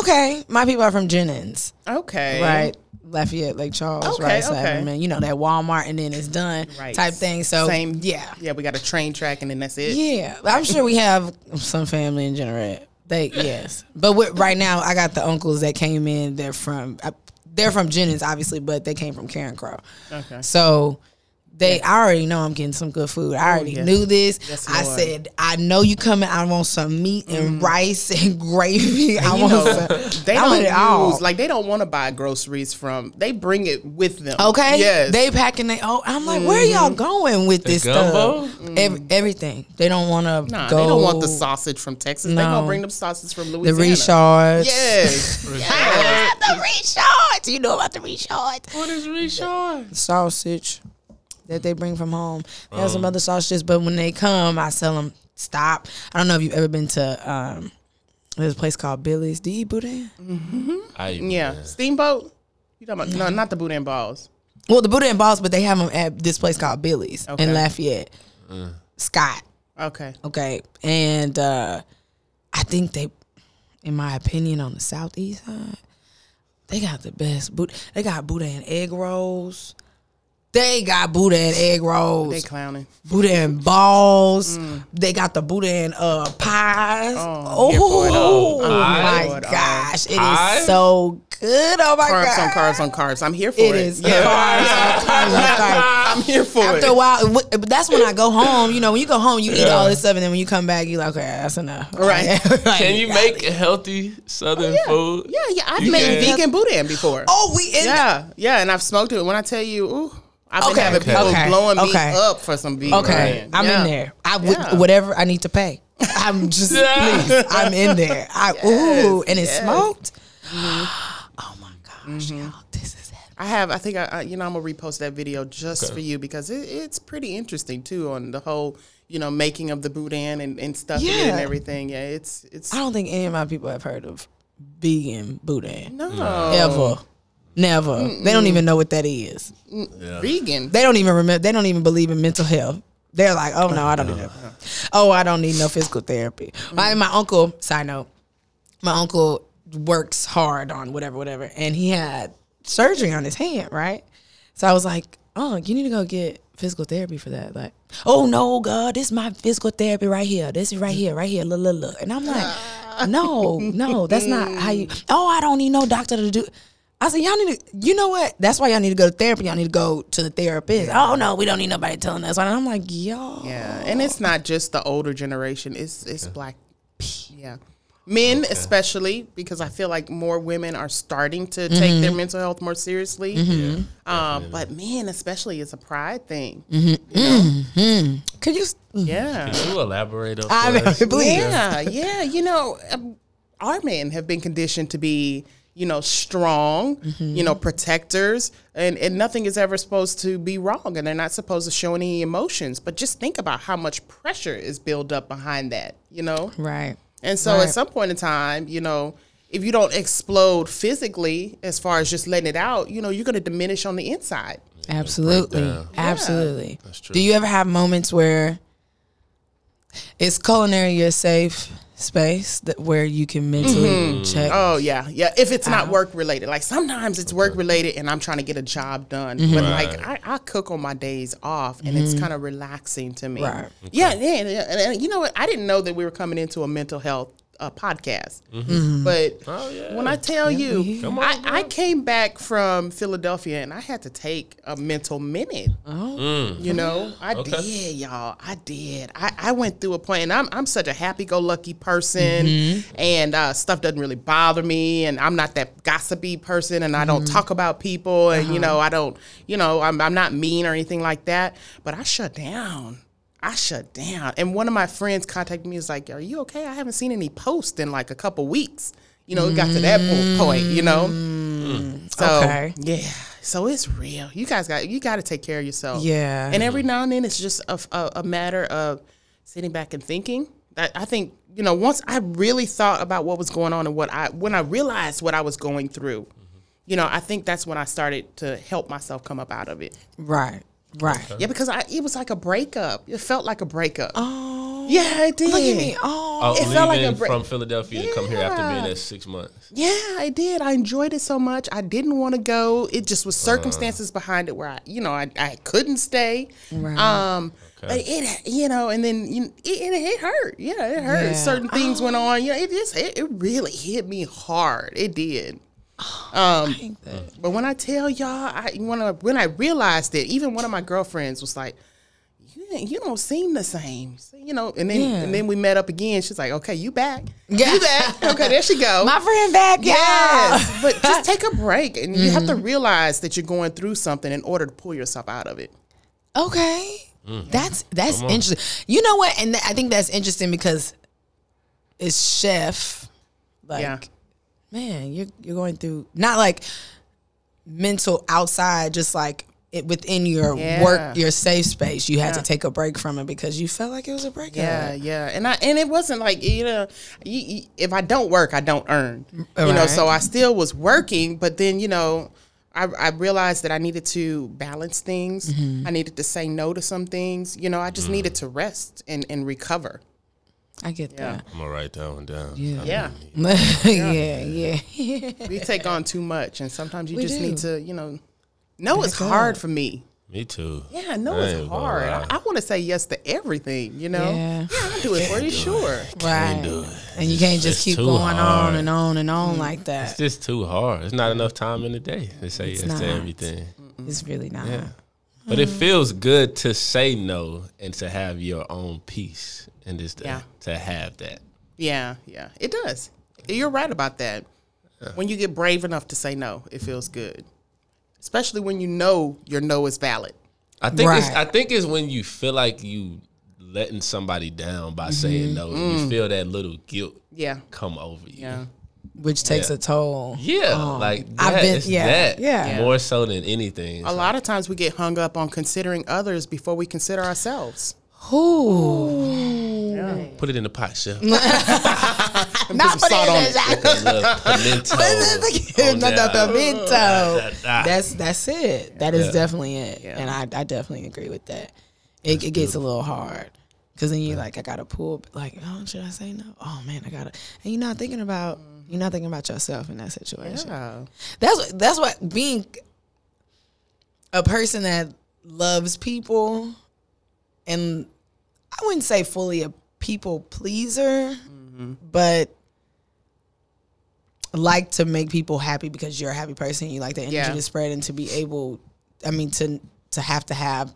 C: Okay, my people are from Jennings,
B: Okay.
C: right? Lafayette, Lake Charles,
B: Okay,
C: right? So
B: okay.
C: Everman, you know that Walmart and then it's done
B: Right.
C: type thing. So
B: Same.
C: yeah,
B: Yeah, we got a train track, and then that's it.
C: yeah. I'm sure we have some family in Generate. They yes, but we right now I got the uncles that came in. They're from I, they're from Jennings, obviously, but they came from Karen Crow.
B: Okay.
C: So they, I already know I'm getting some good food. I already
B: Oh, yeah.
C: knew this.
B: Yes,
C: I
B: Lord. Mm.
C: said, I know you coming. I want some meat and rice and gravy. I
B: You
C: want
B: know,
C: some.
B: they
C: I
B: don't
C: want
B: use
C: it all.
B: like they don't want to buy groceries from. They bring it with them.
C: Okay.
B: Yes. Mm-hmm.
C: They packing they oh I'm like, where y'all going with this
A: gumbo?
C: stuff? Ev- everything. They don't wanna
B: Mm. Nah,
C: go
B: they don't want the sausage from Texas. They
C: No.
B: gonna bring them sausage from
C: the
B: Louisiana.
C: recharge.
B: Yes.
C: Ah, the recharge. You know about the recharge.
A: What is Richard?
C: Sausage that they bring from home. They have some other sausages, but when they come, I tell them stop. I don't know if you've ever been to um there's a place called Billy's. Do you eat boudin?
A: I
B: yeah. Steamboat. You talking about? No, not the boudin balls.
C: Well, the boudin balls, but they have them at this place called Billy's
B: Okay.
C: in Lafayette. Scott.
B: Okay.
C: Okay. And uh I think they in my opinion on the southeast side, they got the best boot they got Buddha and egg rolls. They got Buddha and egg
B: They
C: rolls,
B: clowning.
C: Buddha and balls.
B: Mm.
C: They got the Buddha and uh, pies. Oh,
B: I'm here for it all. I'm here
C: my
B: for it all.
C: gosh, it is
A: Pies?
C: so good. Oh my
B: Carbs on
C: god,
B: carbs on carbs. I'm here for
C: it
B: it.
C: is
B: Yeah.
C: carbs on carbs on carbs
B: I'm here for
C: after
B: it.
C: a while, it w- but that's when I go home. You know, when you go home, you eat all this stuff, and then when you come back, you like, okay, that's enough.
B: Right.
C: Like-
A: Can you make healthy Southern food?
B: Oh, Yeah, yeah. I've
A: You
B: made
A: can.
B: vegan boudin before.
C: Oh, we in.
B: Yeah, yeah. And I've smoked it. When I tell you, ooh, I've been
C: Okay,
B: having
C: okay,
B: people
C: okay,
B: blowing me
C: okay.
B: up for some vegan.
C: Okay,
B: boudin.
C: I'm
B: Yeah.
C: in there. I would
B: Yeah.
C: whatever I need to pay. I'm just
A: Yeah.
C: please. I'm in there. I ooh, and it's
B: yes.
C: smoked. Oh my gosh, y'all, this is it.
B: I have. I think I, I you know, I'm gonna repost that video just for you because it, it's pretty interesting too on the whole, you know, making of the boudin and and stuff it
C: Yeah.
B: and everything. Yeah, it's it's
C: I don't think any of my people have heard of vegan boudin
B: no
C: ever. Never. They don't even know what that is.
B: vegan.
C: they don't even remember they don't even believe in mental health they're like oh no i don't need no. oh i don't need no physical therapy my, my uncle side note my uncle works hard on whatever whatever and he had surgery on his hand right so i was like oh you need to go get physical therapy for that like oh no god this is my physical therapy right here this is right here right here look look look and i'm like no no that's not how you oh i don't need no doctor to do I said, y'all need to, you know what? That's why y'all need to go to therapy. Y'all need to go to the therapist. Oh, no, we don't need nobody telling us. And I'm like, y'all.
B: Yeah, and it's not just the older generation. It's it's black. Yeah, men especially because I feel like more women are starting to
C: Mm-hmm.
B: take their mental health more seriously. Uh, but men especially is a pride thing.
C: Mm-hmm. Could you?
B: Yeah.
A: Can you elaborate on
C: I
A: us?
C: mean, please.
B: Yeah, yeah. You know, um, our men have been conditioned to be, you know, strong, you know, protectors, and, and nothing is ever supposed to be wrong, and they're not supposed to show any emotions. But just think about how much pressure is built up behind that, you know?
C: Right.
B: And so
C: Right.
B: at some point in time, you know, if you don't explode physically as far as just letting it out, you know, you're going to diminish on the inside.
C: Absolutely.
A: break down.
C: Absolutely.
A: true.
C: Do you ever have moments where it's culinary your safe space that where you can mentally check?
B: Oh yeah, yeah. If it's
A: Uh-huh.
B: not work related, like sometimes it's work related, and I'm trying to get a job done.
A: Mm-hmm.
B: But like I, I cook on my days off, and it's kind of relaxing to me.
C: Right.
B: Yeah, yeah, and, and, and you know what? I didn't know that we were coming into a mental health uh, podcast. Mm-hmm. But
A: Mm-hmm. Oh, yeah.
B: when I tell you, I, I came back from Philadelphia, and I had to take a mental minute. You know, I did, y'all. I did. I, I went through a point, and I'm, I'm such a happy go lucky person, and uh, stuff doesn't really bother me, and I'm not that gossipy person, and I don't talk about people, and you know, I don't, you know, I'm, I'm not mean or anything like that, but I shut down. I shut down. And one of my friends contacted me, was like, Are you okay? I haven't seen any posts in like a couple weeks. You know, it got to that po- point, you know? So,
C: Okay.
B: yeah. So it's real. You guys got you got to take care of yourself.
C: Yeah.
B: And every now and then, it's just a, a, a matter of sitting back and thinking. I, I think you know once I really thought about what was going on and what I when I realized what I was going through, you know, I think that's when I started to help myself come up out of it.
C: Right. Right.
B: Yeah, because I it was like a breakup. It felt like a breakup.
C: Oh,
B: yeah, it did.
C: look at me. Oh,
A: Oh,
B: It
A: leaving
B: felt like a break-
A: from Philadelphia to come here after being there six months.
B: Yeah, I did. I enjoyed it so much. I didn't want to go. It just was circumstances behind it where I, you know, I, I couldn't stay.
C: Right.
B: Um,
A: Okay.
B: but it, you know, and then you, it, it, it hurt. Yeah, it hurt.
C: Yeah. Oh.
B: Certain things went on. You know, it just it, it really hit me hard. It did. Um,
C: think that-
B: but when I tell y'all, I when I, when I realized it, even one of my girlfriends was like, "You, ain't- you don't seem the same," So, you know. And then
C: Yeah.
B: and then we met up again. She's like, "Okay, you back?
C: Yeah.
B: You back? Okay, there she go."
C: my friend back. Yeah.
B: Yes,
C: Mm-hmm.
B: but just take a break, and you have to realize that you're going through something in order to pull yourself out of it.
C: Okay. That's that's interesting. You know what? And th- I think that's interesting because it's chef. Like,
B: Yeah.
C: man, you're you're going through not like mental outside, just like it within your
B: Yeah.
C: work, your safe space. You had to
B: Yeah.
C: take a break from it because you felt like it was a breakup.
B: Yeah, yeah, and I and it wasn't like you know, you, you, if I don't work, I don't earn. You know,
C: Right.
B: so I still was working, but then you know, I, I realized that I needed to balance things.
C: Mm-hmm.
B: I needed to say no to some things. You know, I
C: Mm.
B: just needed to rest and and recover.
C: I get
A: I'm gonna write that one down.
B: Yeah,
C: that. yeah, yeah.
B: we take on too much, and sometimes you
C: We
B: just need
C: do.
B: to, you know, no, it's hard for me.
A: Me too.
B: Yeah, no,
A: I
B: it's
A: ain't gonna
B: hard. I,
A: lie.
B: I want to say yes to everything. You know,
C: Yeah.
B: yeah, I'm gonna do it for you, sure.
C: Right.
A: do it.
C: And you can't
A: It's
C: just keep
A: too
C: going on
A: hard.
C: and on and
B: Mm-hmm.
C: on like that.
A: It's just too hard. It's not enough time in the day to say yes
C: not.
A: to everything.
C: It's really not.
A: But it feels good to say no and to have your own peace and just to,
B: Yeah.
A: to have that.
B: Yeah, yeah, it does. You're right about that. When you get brave enough to say no, it feels good, especially when you know your no is valid.
A: I think it's
C: Right.
A: I think it's when you feel like you letting somebody down by
B: Mm-hmm.
A: saying no. and You feel that little guilt
B: Yeah,
A: come over you.
B: Mm. yeah,
C: Which takes a toll.
A: Yeah,
C: Um,
A: like that,
C: I've been-
A: it's
C: yeah,
A: that
C: yeah.
A: more so than anything.
B: A lot of times we get hung up on considering others before we consider ourselves.
C: Ooh.
A: Put it in the pot, chef.
C: Not
B: some
C: putting
B: salt on
C: it
B: it.
C: in that.
A: Little pimento on
C: Another
A: there.
C: pimento.
A: ah.
C: That's that's it. That is definitely it. And I, I definitely agree with that. It, it gets a little hard because then you're like, I gotta pull. Like, oh, should I say no? Oh man, I gotta. And you're not thinking about you're not thinking about yourself in that situation.
B: Yeah.
C: That's what that's what being a person that loves people and I wouldn't say fully a people pleaser, but like to make people happy because you're a happy person. You like the energy
B: Yeah.
C: to spread and to be able I mean to to have to have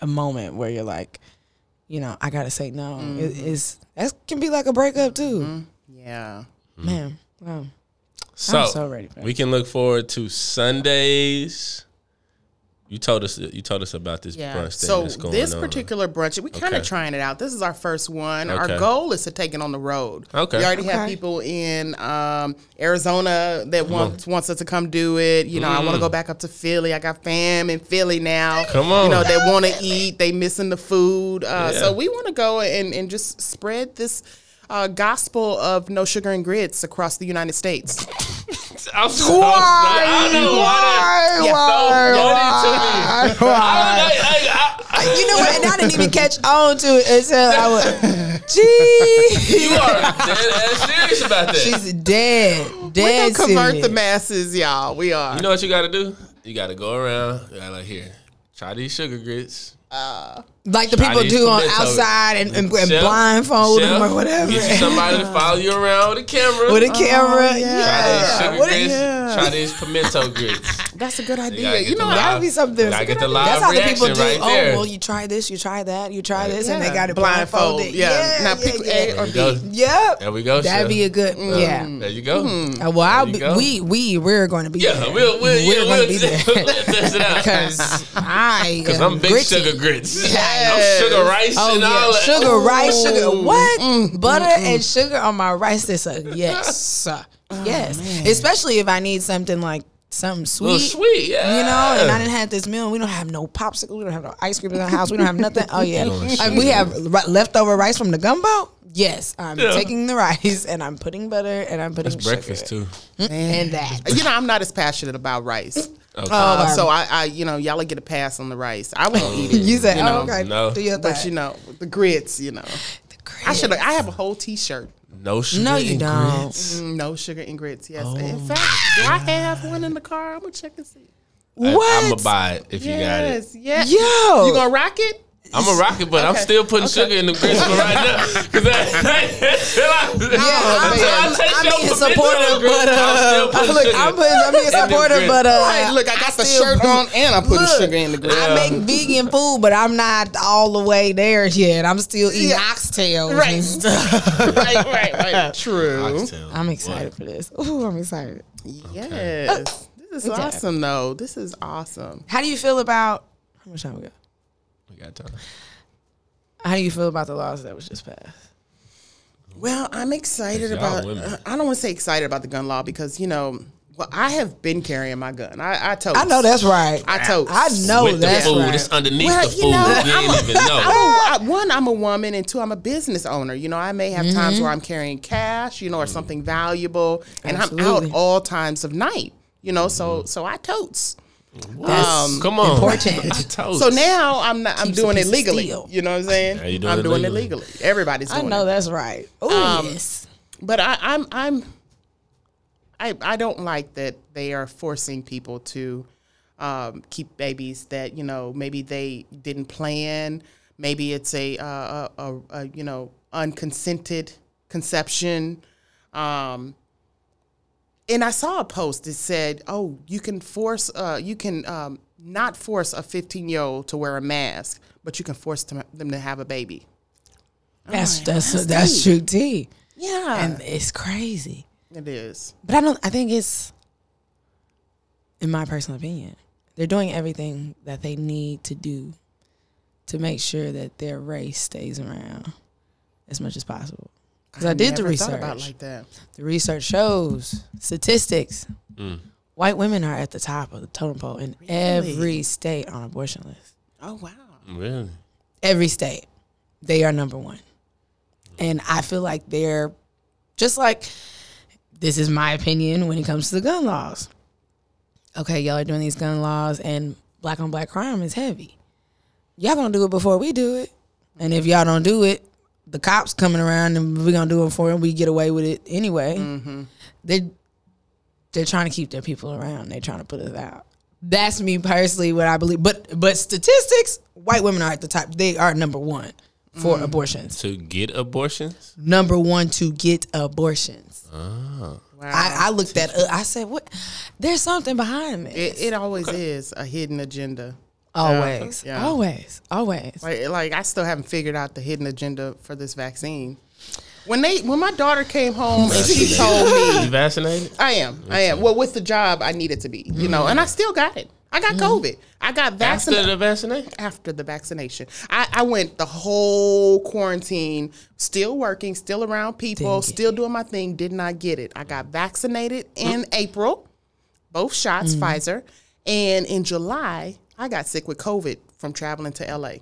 C: a moment where you're like, you know, I gotta say no. It is that can be like a breakup too.
B: Yeah.
C: Man. Wow.
A: So,
C: so ready for
A: we can look forward to Sundays. You told us you told us about this
B: Yeah.
A: brunch thing
B: So
A: that's going
B: this
A: on.
B: particular brunch, we kind of
A: Okay.
B: trying it out. This is our first one.
A: Okay.
B: Our goal is to take it on the road.
A: Okay.
B: We already have
C: Okay.
B: people in um, Arizona that wants wants us to come do it. You know, I want to go back up to Philly. I got fam in Philly now.
A: Mm. Come
B: You know,
A: on.
B: they want to eat. They missing the food. Uh,
A: Yeah.
B: So we want to go and and just spread this. Uh, gospel of no sugar and grits across the United States.
A: I'm so sorry. I don't know why that's so funny to me. I don't know, I- I- I-
C: You know what? And I didn't even catch on to it until I was, gee,
A: you are dead ass serious about that.
C: she's dead,
B: We're
C: dead.
B: gonna convert
C: serious.
B: the masses, y'all. We are.
A: you know what you got to do? You got to go around. You got to like here. Try these sugar grits.
C: like the people
A: Chinese
C: do on
A: pimento.
C: outside and, and, and
A: Chef,
C: blindfold
A: chef,
C: them or whatever
A: Get you somebody to follow you around with a camera.
C: with a
A: Try
C: camera. Oh, yeah,
A: these sugar
C: What a-
A: grits.
B: yeah.
A: Try these pimento grits.
B: That's a good
A: gotta
B: idea.
A: get
B: You
A: the
B: know,
A: live-
C: That would be something.
A: I get the live
C: That's how the people do.
A: reaction right
C: oh,
A: there.
C: well, you try this, you try that, you try this, and they
B: Yeah.
C: got it
B: Blindfold,
C: blindfolded.
B: yeah.
C: yeah,
B: Now
C: yeah,
B: pick
C: yeah.
B: A or
A: There you go.
C: Yep.
A: eh, There we go. Mm.
C: That'd
A: chef.
C: be a good. Yeah.
A: There you go.
C: Uh, Well, I'll
A: you
C: be,
A: go.
C: we we we're going to be
A: Yeah,
C: there.
A: we'll we'll, yeah,
C: we're
A: we'll,
C: going to be there
A: test it out.
C: because I
A: Cause
C: am
A: I'm big
C: gritty.
A: sugar grits.
B: Yes.
A: I'm sugar rice
C: Oh
A: and
C: yeah,
A: all that. Mm-hmm.
C: sugar rice, sugar
B: Ooh.
C: what? Butter and sugar on my rice. That's a yes, yes. Especially if I need something like something sweet.
A: Oh, Little sweet, yeah.
C: You know, and I didn't have this meal. We don't have no popsicle. We don't have no ice cream in the house. We don't have nothing. Oh yeah, Like, we have ri- leftover rice from the gumbo. Yes, I'm
A: Yeah.
C: taking the rice and I'm putting butter and I'm putting
A: It's breakfast
C: sugar
A: too.
C: and that.
B: Uh, You know, I'm not as passionate about rice.
C: Oh,
B: Uh,
C: our-
B: so I, I, you know, y'all will get a pass on the rice. I won't eat it.
C: you said,
B: you know,
C: oh, okay,
A: no.
C: do your thing.
B: But you know, the grits. You know, I should. I have a whole T-shirt. Mm,
A: No sugar.
C: No, you
A: and
C: don't.
A: grits.
B: No sugar and grits. Yes.
A: Oh
B: in fact, do I have one in the car? I'm gonna check and see.
A: I-
C: What?
A: I'ma buy it if you got it.
B: Yes. Yes.
C: Yo.
B: you gonna rock it?
A: I'm a rocket, but I'm
B: Okay.
A: still putting sugar in the grits for right now. Cause I, until I,
C: I'm-
A: until I
C: I'm-
A: taste
C: I'm
A: your
C: being
A: pizza and
C: supportive,
A: grits,
C: but,
A: I'm still
C: uh,
A: putting
C: look,
A: sugar.
C: I'm, putting, I'm being
A: the
C: supportive,
A: grits.
C: but uh,
B: Hey, look, I got the
C: still
B: shirt
C: put-
B: on and I'm putting
C: Look,
B: sugar in the grits.
C: I make vegan food, but I'm not all the way there yet. I'm still eating oxtails.
B: Right.
C: and stuff.
B: right, right, right. True.
A: Oxtail.
C: I'm excited for this. Ooh, I'm excited.
B: Yes. This is
C: Okay.
B: awesome, though. This is awesome.
C: How do you feel about how much time we got?
A: We got time.
C: How do you feel about the laws that was just passed?
B: Well, I'm excited
A: Y'all
B: about. uh,
A: women.
B: I don't want to say excited about the gun law because you know, well, I have been carrying my gun. I, I told.
C: I know that's right.
B: I told.
C: I know
A: With the
C: that's
A: food,
C: right.
A: it's underneath
B: Oh, Well,
A: the food.
B: you
A: You,
B: know,
A: didn't even know.
B: I'm a, I, one, I'm a woman, and two, I'm a business owner. You know, I may have times
C: Mm-hmm.
B: where I'm carrying cash, you know,
A: Mm.
B: or something valuable, and I'm
C: Absolutely.
B: out all times of night. You know,
A: Mm-hmm.
B: so so I totes.
C: That's
A: Come on.
C: important.
A: I told
B: So
A: you.
B: now I'm not, I'm
C: Keeps a
B: doing
C: piece
B: it
C: of
B: legally.
C: steel.
B: You know what I'm saying?
A: Yeah, you're doing
B: I'm
A: it
B: doing
A: legally.
B: it legally. Everybody's
C: I
B: doing
C: know
B: it.
C: that's right. Ooh,
B: Um,
C: yes.
B: But I, I'm I'm I I don't like that they are forcing people to um, keep babies that you know maybe they didn't plan. Maybe it's a uh, a, a, a you know unconsented conception. Um, and I saw a post that said, "Oh, you can force uh, you can um, not force a 15 year old to wear a mask, but you can force them, them to have a baby."
C: That's that's that's, true tea,
B: Yeah,
C: and it's crazy.
B: it is.
C: But I don't. I think it's, in my personal opinion, they're doing everything that they need to do to make sure that their race stays around as much as possible. Because I, did the
B: Never
C: research.
B: thought about it like that.
C: the research shows statistics. White women are at the top of the totem pole in every state on abortion list.
B: Oh wow.
A: Really?
C: Every state, they are number one, and I feel like they're just like this is my opinion when it comes to the gun laws. Okay, y'all are doing these gun laws and black on black crime is heavy. Y'all gonna do it before we do it. And if y'all don't do it, the cops coming around and we gonna do it for them. We get away with it anyway. They they're trying to keep their people around. They're trying to put us out. That's me personally what I believe. But but statistics, white women are at the top. They are number one for abortions
A: To get abortions?
C: number one to get abortions. I, I looked that up. I said, "What? There's something behind it.
B: It, it always is a hidden agenda.
C: always,
B: yeah.
C: always, always."
B: Like, like I still haven't figured out the hidden agenda for this vaccine. When they when my daughter came home and she told me
A: You vaccinated?
B: I am, I am. Well, with the job I needed to be, you know, and I still got it. I got COVID. I got vaccinated
A: After the vaccination?
B: after the vaccination. I, I went the whole quarantine, still working, still around people,
C: Didn't get
B: still doing my thing, did not get it. I got vaccinated in
C: Mm.
B: April, both shots,
C: Mm-hmm.
B: Pfizer. And in July, I got sick with COVID from traveling to LA.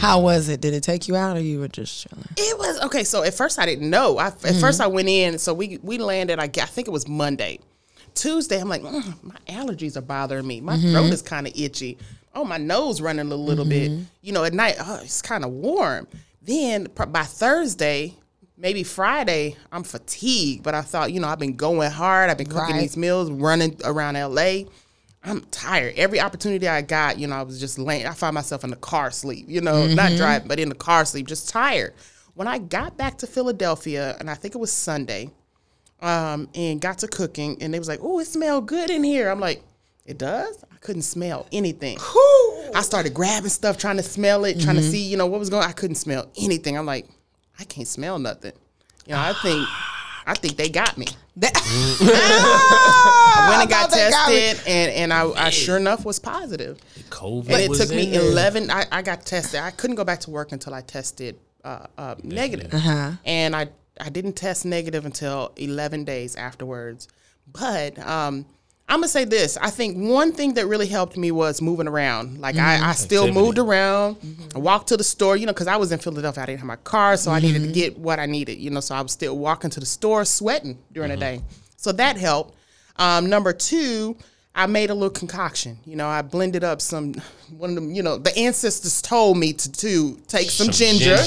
C: How was it? Did it take you out, or you were just chilling?
B: It was okay. So at first I didn't know. I, at first I went in. So we we landed. I, gue- I think it was Monday, Tuesday. I'm like, "Mm, my allergies are bothering me. My throat is kind of itchy. Oh, my nose running a little bit. You know, at night oh, it's kind of warm. Then pr- by Thursday, maybe Friday, I'm fatigued. But I thought, you know, I've been going hard. I've been cooking
C: Right.
B: these meals, running around LA. I'm tired. Every opportunity I got, you know, I was just laying. I find myself in the car sleep, you know, not
C: Mm-hmm.
B: driving, but in the car sleep, just tired. When I got back to Philadelphia, and I think it was Sunday, um, and got to cooking, and they was like, "Oh, it smelled good in here." I'm like, "It does." I couldn't smell anything. I started grabbing stuff, trying to smell it, trying
C: Mm-hmm.
B: to see, you know, what was going. I couldn't smell anything. I'm like, I can't smell nothing. You know, I think, I think they got me.
C: That-
B: I went
C: I
B: and got
C: thought they got me.
B: tested, and and I, I sure enough was positive.
A: COVID
B: And it
A: was
B: took
A: in
B: me
A: there.
B: eleven. I, I got tested. I couldn't go back to work until I tested uh, uh, negative,
A: Uh-huh.
B: and I I didn't test negative until eleven days afterwards. But um, I'm gonna say this. I think one thing that really helped me was moving around. Like
A: Mm-hmm.
B: I, I still
A: Activity.
B: moved around. I walked to the store, you know, because I was in Philadelphia. I didn't have my car, so I needed to get what I needed, you know. So I was still walking to the store, sweating during the day. So that helped. Um, number two, I made a little concoction. You know, I blended up some one of them. You know, the ancestors told me to to take some, ginger.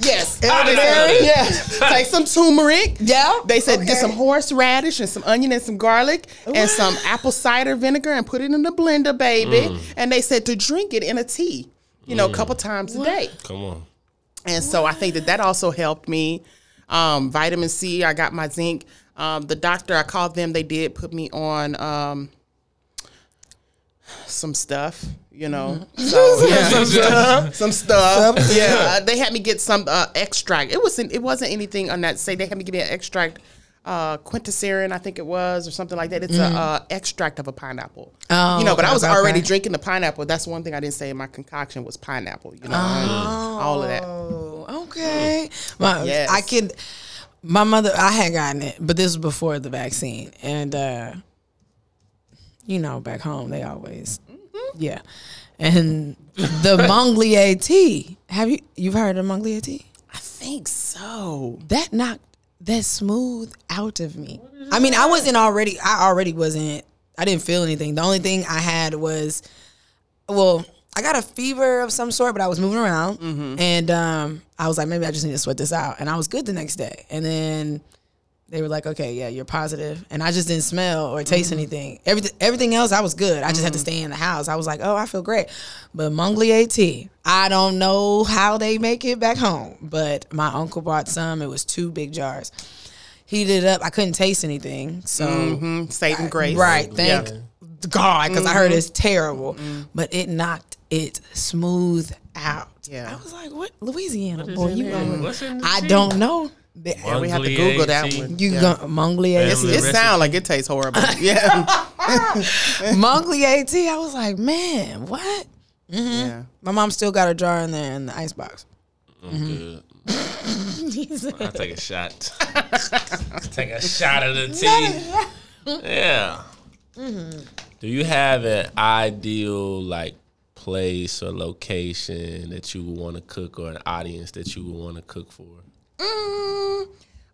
B: Yes, elderberry.
A: didn't know
B: Yeah, take some turmeric.
C: Yeah,
B: They said get
C: Oh, okay.
B: some horseradish and some onion and some garlic and some apple cider vinegar and put it in the blender, baby. And they said to drink it in a tea, you know, a couple times a day.
A: Come on.
B: And so I think that that also helped me. Um, vitamin C, I got my zinc. Um, the doctor, I called them. They did put me on um, some stuff, you know. So, yeah, some stuff. Some stuff. Yeah, they had me get some uh, extract. It wasn't. It wasn't anything on that. Say they had me give me an extract. Uh, quinticerin, I think it was, or something like that. It's a uh, extract of a pineapple.
C: Oh,
B: you know, but I
C: okay,
B: was
C: okay,
B: already
C: okay.
B: drinking the pineapple. That's one thing I didn't say in my concoction was pineapple. You know, all of that.
C: Oh, okay. My,
B: Yes.
C: I can. My mother, I had gotten it, but this was before the vaccine, and uh, you know, back home they always, yeah, and the Monglier tea. Have you you've heard of Monglier tea?
B: I think so.
C: That knocked that smooth out of me. I mean, I wasn't already. I already wasn't. I didn't feel anything. The only thing I had was, well, I got a fever of some sort, but I was moving around, and um, I was like, maybe I just need to sweat this out, and I was good the next day. And then they were like, okay, yeah, you're positive, and I just didn't smell or taste anything. Everything, everything else, I was good. I just had to stay in the house. I was like, oh, I feel great, but Monglier tea. I don't know how they make it back home, but my uncle bought some. It was two big jars. Heated it up. I couldn't taste anything, so.
B: Mm-hmm. Saving grace.
C: Right. Thank God, because I heard it's terrible, but it knocked it smooth out.
B: Yeah.
C: I was like, "What, Louisiana boy? You
A: Mm.
C: going
A: What's in the
C: I
A: tea?
C: don't know. The-
B: we have to
A: Monglier
B: Google that
A: tea.
B: one.
C: You
B: Yeah.
C: going Monglier?
A: Family
B: It sounds like it tastes horrible. Yeah.
C: Monglier tea. I was like, man, what?
B: yeah.
C: My mom still got a jar in there in the icebox.
A: I'm good. I'll take
B: Mm-hmm.
A: a shot. take a shot of the tea. Yeah.
C: Mm-hmm.
A: Do you have an ideal like place or location that you would want to cook or an audience that you would want to cook for?
B: Mm,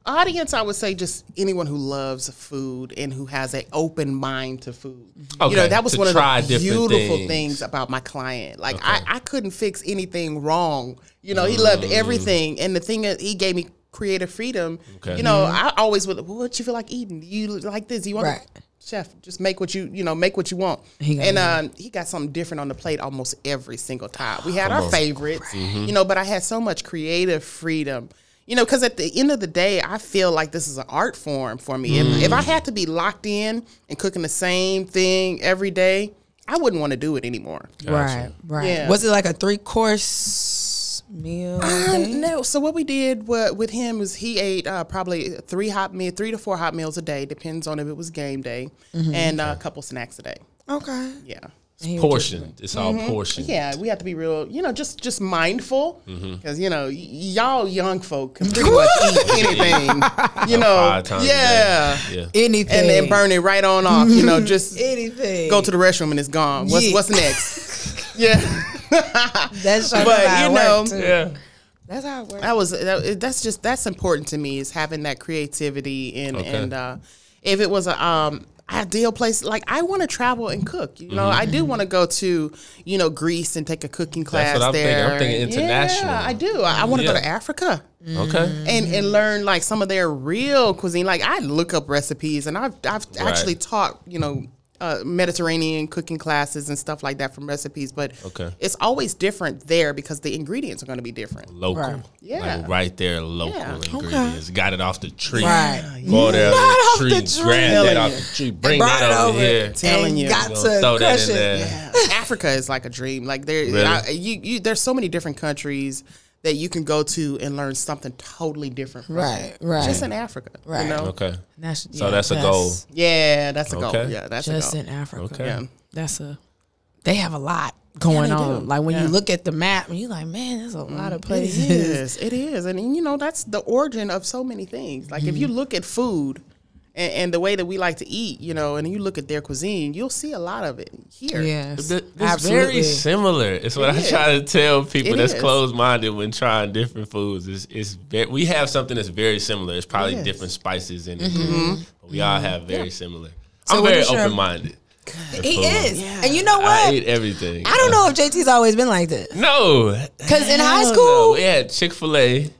B: audience, I would say just anyone who loves food and who has an open mind to food. You know,
A: Okay,
B: that was
A: to
B: one of
A: try
B: the
A: different
B: beautiful
A: things.
B: things. about my client. Like I, I couldn't fix anything wrong. You know, he loved everything. And the thing is he gave me creative freedom.
A: Okay.
B: You know, I always would well, what you feel like eating? Do you like this? Do you want
C: Right.
B: Chef, just make what you you know, make what you want.
C: He got
B: and
C: it.
B: um, he got something different on the plate almost every single time. We had our favorites, you know, but I had so much creative freedom, you know, because at the end of the day, I feel like this is an art form for me. If, if I had to be locked in and cooking the same thing every day, I wouldn't want to do it anymore.
C: Right, right.
B: Yeah.
C: Was it like a three course meal?
B: Um,
C: thing?
B: no. So what we did what, with him was he ate uh, probably three hot meal, three to four hot meals a day, depends on if it was game day, and uh, a couple snacks a day.
C: Okay.
B: Yeah.
A: It's portioned. It's all
C: Mm-hmm.
A: portioned.
B: Yeah, we have to be real, you know, just just mindful because
A: Mm-hmm.
B: you know y- y'all young folk can pretty much eat anything, you know.
A: Five times a day.
B: Yeah,
A: Yeah.
C: Anything.
B: and then burn it right on off. You know, just
C: anything.
B: go to the restroom and it's gone. What's
C: Yeah.
B: what's next? yeah,
C: That's how
B: But,
C: I
B: you
C: work,
B: know-
C: too.
A: Yeah.
C: That's how it works.
B: that was that, that's just that's important to me is having that creativity and
A: Okay.
B: and uh, if it was a um ideal place like I want to travel and cook. You know, I do want to go to you know Greece and take a cooking class
A: Mm-hmm. what I'm thinking.
B: there.
A: I'm thinking international.
B: Yeah, I do. I, I want to
A: Yeah.
B: go to Africa.
C: Mm-hmm.
A: Okay.
B: and and learn like some of their real cuisine. Like I look up recipes, and I've I've actually taught you know uh, Mediterranean cooking classes and stuff like that from recipes. But
A: Okay.
B: it's always different there because the ingredients are going to be different.
A: Local.
C: Right.
B: Yeah.
A: Like right there, local
B: Yeah. Okay.
A: ingredients. Got it off the tree.
C: Right.
A: Go there,
C: Not
A: off
C: off
A: the tree.
C: the tree.
A: Grab that
B: Telling
A: off
B: you.
A: the tree. Bring
C: Brought
A: that
C: it
A: over
C: over.
A: here.
B: Telling
C: And
B: you.
C: got
A: Gonna
C: to
A: throw that
C: crush
A: in there.
C: it.
B: Yeah. Africa is like a dream. Like there,
A: Really?
B: I, you, you, there's so many different countries that you can go to and learn something totally different. From.
C: Right, right.
B: Just in Africa,
C: Right.
B: You know?
A: Okay.
C: That's-
A: So
C: yeah,
A: that's a goal.
B: Yeah, that's a goal.
A: Okay.
B: Yeah, that's a
C: Just
B: goal.
C: in Africa.
A: Okay.
B: Yeah.
C: That's a. They have a lot going on. Like when you look at the map, and you're like, man, there's a lot of places.
B: It
C: Mm-hmm.
B: is. It is. And, you know, that's the origin of so many things. Like if you look at food, and, and the way that we like to eat, you know, and you look at their cuisine, you'll see a lot of it here.
C: Yes,
A: Th- It's
C: absolutely.
A: very similar. It's what I try to tell people
B: It
A: that's
B: is.
A: closed minded when trying different foods. It's, it's ve- we have something that's very similar. It's probably
B: Yes.
A: different spices in it, but we all have very similar.
C: Mm-hmm. So
A: I'm
C: what
A: very
C: is your-
A: open minded.
C: he
A: food.
C: is, and you know what?
A: I
C: I,
A: eat everything.
C: don't know if JT's always been like this.
A: No,
C: Because in high
A: Hell no.
C: school,
A: we had Chick Fil A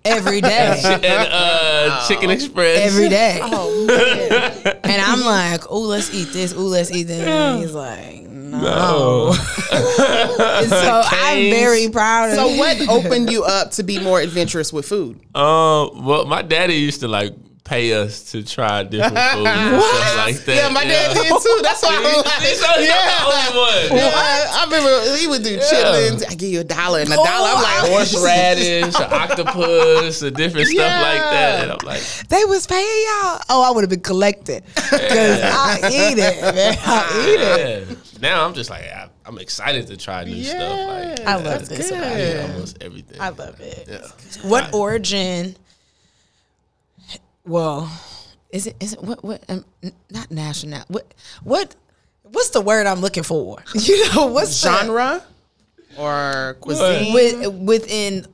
C: every day,
A: and uh, Chicken Express.
C: Oh. every day,
B: Oh, man.
C: and I'm like, "Ooh, let's eat this. Ooh, let's eat that." And he's like, "No."
A: No.
C: oh. And so I'm
A: Canes.
C: very proud of.
B: so what opened you up to be more adventurous with food?
A: Um, well, my daddy used to like pay us to try different foods and stuff like that.
B: Yeah, my dad did too. That's why I'm
A: He's not
B: like,
A: the only one.
B: Yeah, I, I remember he would do chitlins. I give you a dollar and a dollar. I'm like,
A: horseradish, or octopus, or different
B: Yeah.
A: stuff like that. And I'm like,
C: They was paying y'all. Oh, I would have been collected because I eat it, man. I eat it.
A: yeah. Now I'm just like, I, I'm excited to try new stuff. Like,
C: I love this.
A: I
C: About
A: eat
C: you.
A: almost everything.
C: I love it. What origin? Well, is it? Is it what? What? Um, n- not national. What? What? What's the word I'm looking for? You know, what's the-
B: genre or cuisine?
C: with, within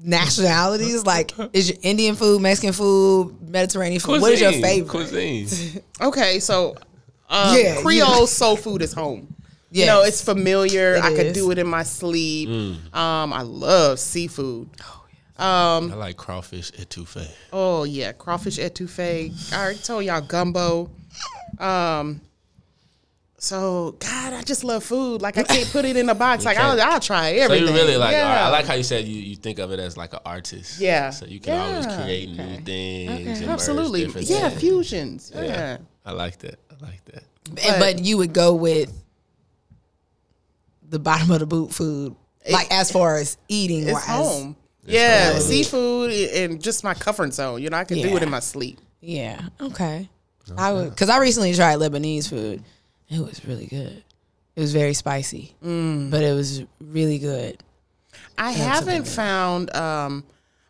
C: nationalities? Like, is your Indian food, Mexican food, Mediterranean food? what is your
A: Cuisine,
C: favorite?
A: cuisine?
B: Okay, so um,
C: Yeah, you-
B: Creole soul food is home. You
C: Yes.
B: know, it's familiar. I could
C: is.
B: do it in my sleep.
A: Mm.
B: Um, I love seafood.
A: I like crawfish etouffee.
B: Oh yeah, crawfish etouffee. I already told y'all gumbo. Um, so God, I just love food. Like I can't put it in a box. Like I'll, I'll try
A: So
B: everything.
A: you really like?
B: Yeah.
A: I like how you said you, you think of it as like an artist.
B: Yeah.
A: So you can always
B: Yeah.
A: create new things. And merge
B: absolutely.
A: different
B: Yeah,
A: things.
B: fusions. Yeah.
A: I like that. I like that.
C: And- but, you would go with the bottom of the boot food, like as far as eating
B: it's
C: wise.
B: home. yeah, seafood i- and just my comfort zone. You know, I can do
C: Yeah.
B: it in my sleep.
C: Yeah. Okay. I would because I recently tried Lebanese food. It was really good. It was very spicy,
B: Mm.
C: but it was really good.
B: I haven't found um,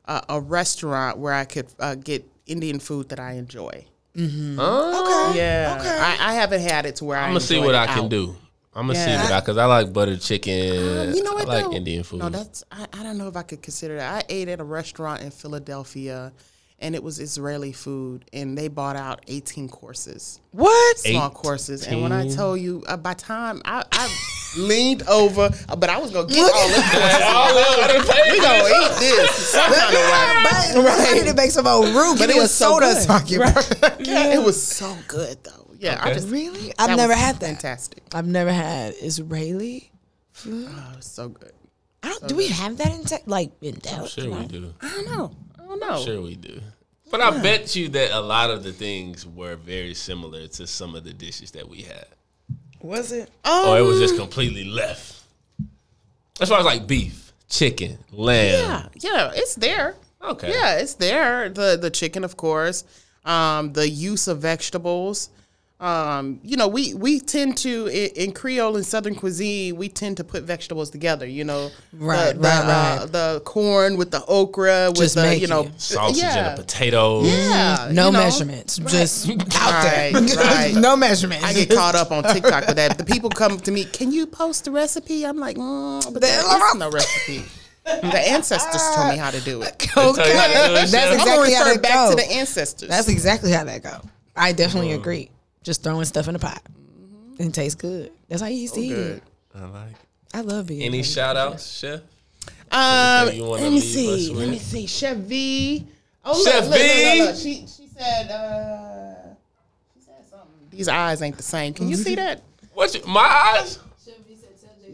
B: a, a restaurant where I could uh, get Indian food that I enjoy.
A: okay.
B: Oh. Yeah, I, I haven't had it to where
A: I'm gonna Mm-hmm. see what I can do. I'm gonna see
B: Yeah.
A: what I because I like butter chicken.
B: Um, you know what?
A: I like
B: though?
A: Indian food.
B: No, that's I, I don't know if I could consider that. I ate at a restaurant in Philadelphia, and it was Israeli food, and they bought out eighteen courses,
C: What?
B: small courses. And when I tell you, uh, by time I, I leaned over, uh, but I was gonna get all this.
A: all of it.
B: We gonna eat this some kind of way.
C: But I need to make some old roux, but it was soda.
B: good.
C: so-
B: Yeah, it was so good though. Yeah, I just
C: Really? I've
B: that
C: never
B: was
C: had that.
B: Fantastic.
C: I've never had Israeli.
B: Oh, it was so good.
C: I don't. do we have that in te- like in Dallas?
A: Sure we do.
B: I don't know. I don't know.
A: Sure we do. But I bet you that a lot of the things were very similar to some of the dishes that we had.
C: Was it?
B: Oh,
A: Or it was
B: Mm.
A: just completely left. As far as like beef, chicken, lamb.
B: Yeah, yeah, it's there.
A: Okay.
B: Yeah, it's there. The the chicken, of course. Um, the use of vegetables. Um, you know, we we tend to in, in Creole and Southern cuisine, we tend to put vegetables together. You know, the,
C: Right,
B: the,
C: right, right.
B: Uh, the corn with the okra with
C: Just
B: the
C: make
B: you know
C: it. Mm-hmm.
A: Sausage
B: yeah.
A: and a potato.
B: Yeah,
C: No
B: you know.
C: measurements. Just out
B: Right,
C: there.
B: right.
C: no measurements.
B: I get caught up on TikTok with that. The people come to me, can you post the recipe? I'm like, mm, but there is no recipe. The ancestors told me how to do it.
C: Okay.
A: how to do it,
C: That's
A: Chef. I'm
C: exactly
B: I'm gonna
C: how
B: refer
C: that
B: back
C: go.
B: to the ancestors.
C: That's exactly how that go. I definitely agree. Just throwing stuff in the pot. And it tastes good. That's how you used to eat
B: Mm-hmm. good.
C: it.
A: I like.
C: I love being
A: Any shout outs, chef?
B: Um,
A: That you wanna
B: let me
A: leave us
B: see.
A: with?
B: Let me see. Chef V. Oh, look,
A: Chef
B: look, look,
A: V.
B: look, look. She she said uh, she said something. These eyes ain't the same. Can you see that?
A: What you, my eyes?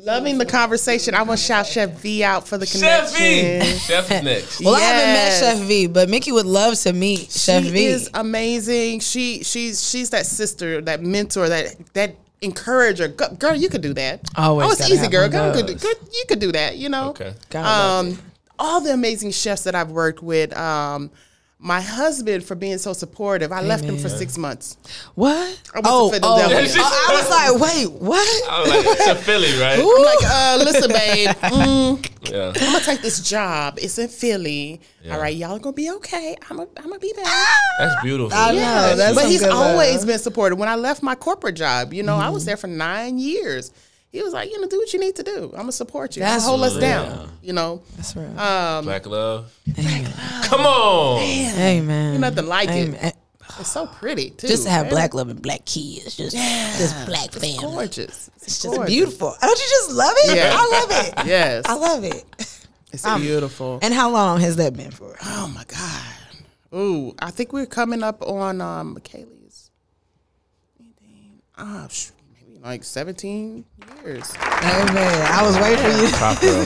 B: Loving the conversation. I want to shout Chef V out for the
A: Chef V.
B: connection.
A: Chef is next.
C: Well,
B: Yes.
C: I haven't met Chef V, but Mickey would love to meet Chef
B: she
C: V.
B: is amazing. She she's she's that sister, that mentor, that that encourager. Go- Girl, you could do that.
C: Always
B: oh, it's
C: gotta
B: easy,
C: have
B: girl.
C: one
B: Girl, you
C: of
B: could, do-
C: those.
B: good- you could do that. You know.
A: Okay.
C: God, I love
B: Um, all the amazing chefs that I've worked with. Um, my husband for being so supportive. I left him for six months.
C: What?
B: I went to Philadelphia.
C: oh, I was like, wait, what?
A: I was like, it's a Philly, right?
B: I'm like, uh, listen, babe, mm,
A: Yeah.
B: I'm gonna take this job. It's in Philly. All right, y'all are gonna be okay. I'm gonna, I'm gonna be
C: Ah!
B: back.
A: That's beautiful.
C: I know. That's
B: but
C: some
B: he's
C: good
B: always
C: love. Mm-hmm.
B: been supportive. When I left my corporate job, you know, I was there for nine years. He was like, you know, do what you need to do. I'm gonna support you. Don't
C: That's
B: hold us
A: real.
B: down. You know,
C: That's right.
B: Um,
A: Black love. Come on.
C: Amen.
B: nothing like it.
C: Amen.
B: it's so pretty too.
C: Just to have
B: man.
C: black love and black kids. Just, just black
B: It's
C: family.
B: gorgeous. It's,
C: It's just
B: gorgeous.
C: beautiful. Don't you just love it?
B: Yeah.
C: I love it.
B: Yes,
C: I love Um, it.
B: it's beautiful.
C: And how long has that been for?
B: oh my god. Ooh, I think we're coming up on um, Kaylee's. Ah, sh- maybe like 17 years.
C: Amen. I was waiting for you.
A: Proper
B: Yeah,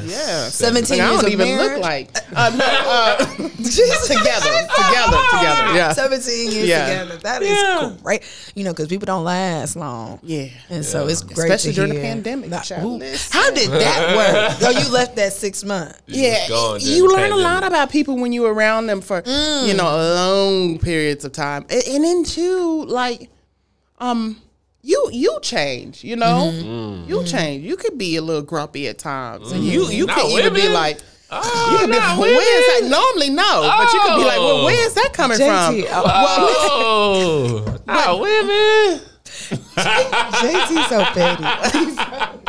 A: applause.
B: yeah.
C: Seventeen
B: Like, I
C: years
B: don't
C: of
B: even
C: marriage.
B: look like. Uh, no, uh,
C: Jesus.
B: together, together, together. Yeah.
C: Seventeen years
B: Yeah.
C: together. That is great. You know, because people don't last long.
B: Yeah.
C: And so it's great,
B: Especially
C: to
B: during the
C: hear.
B: pandemic,
C: Like,
B: child.
C: ooh,
B: Listen.
C: how did that work? Though you left that six months.
B: yeah,
A: gone during
B: you
A: the
B: learn a
A: pandemic.
B: lot about people when you're around them for you know long periods of time, and, and then too like, um, you you change, you know,
A: Mm.
B: you change. You could be a little grumpy at times, and you you
A: Not
B: could even be
A: women?
B: like.
A: Oh,
B: you could be
A: not
B: like, where is that?
A: women?
B: Normally, no, but you could be like, well,
A: Oh.
B: where is that coming
C: JT,
B: from?
C: oh,
A: Oh, not women.
C: JT so petty.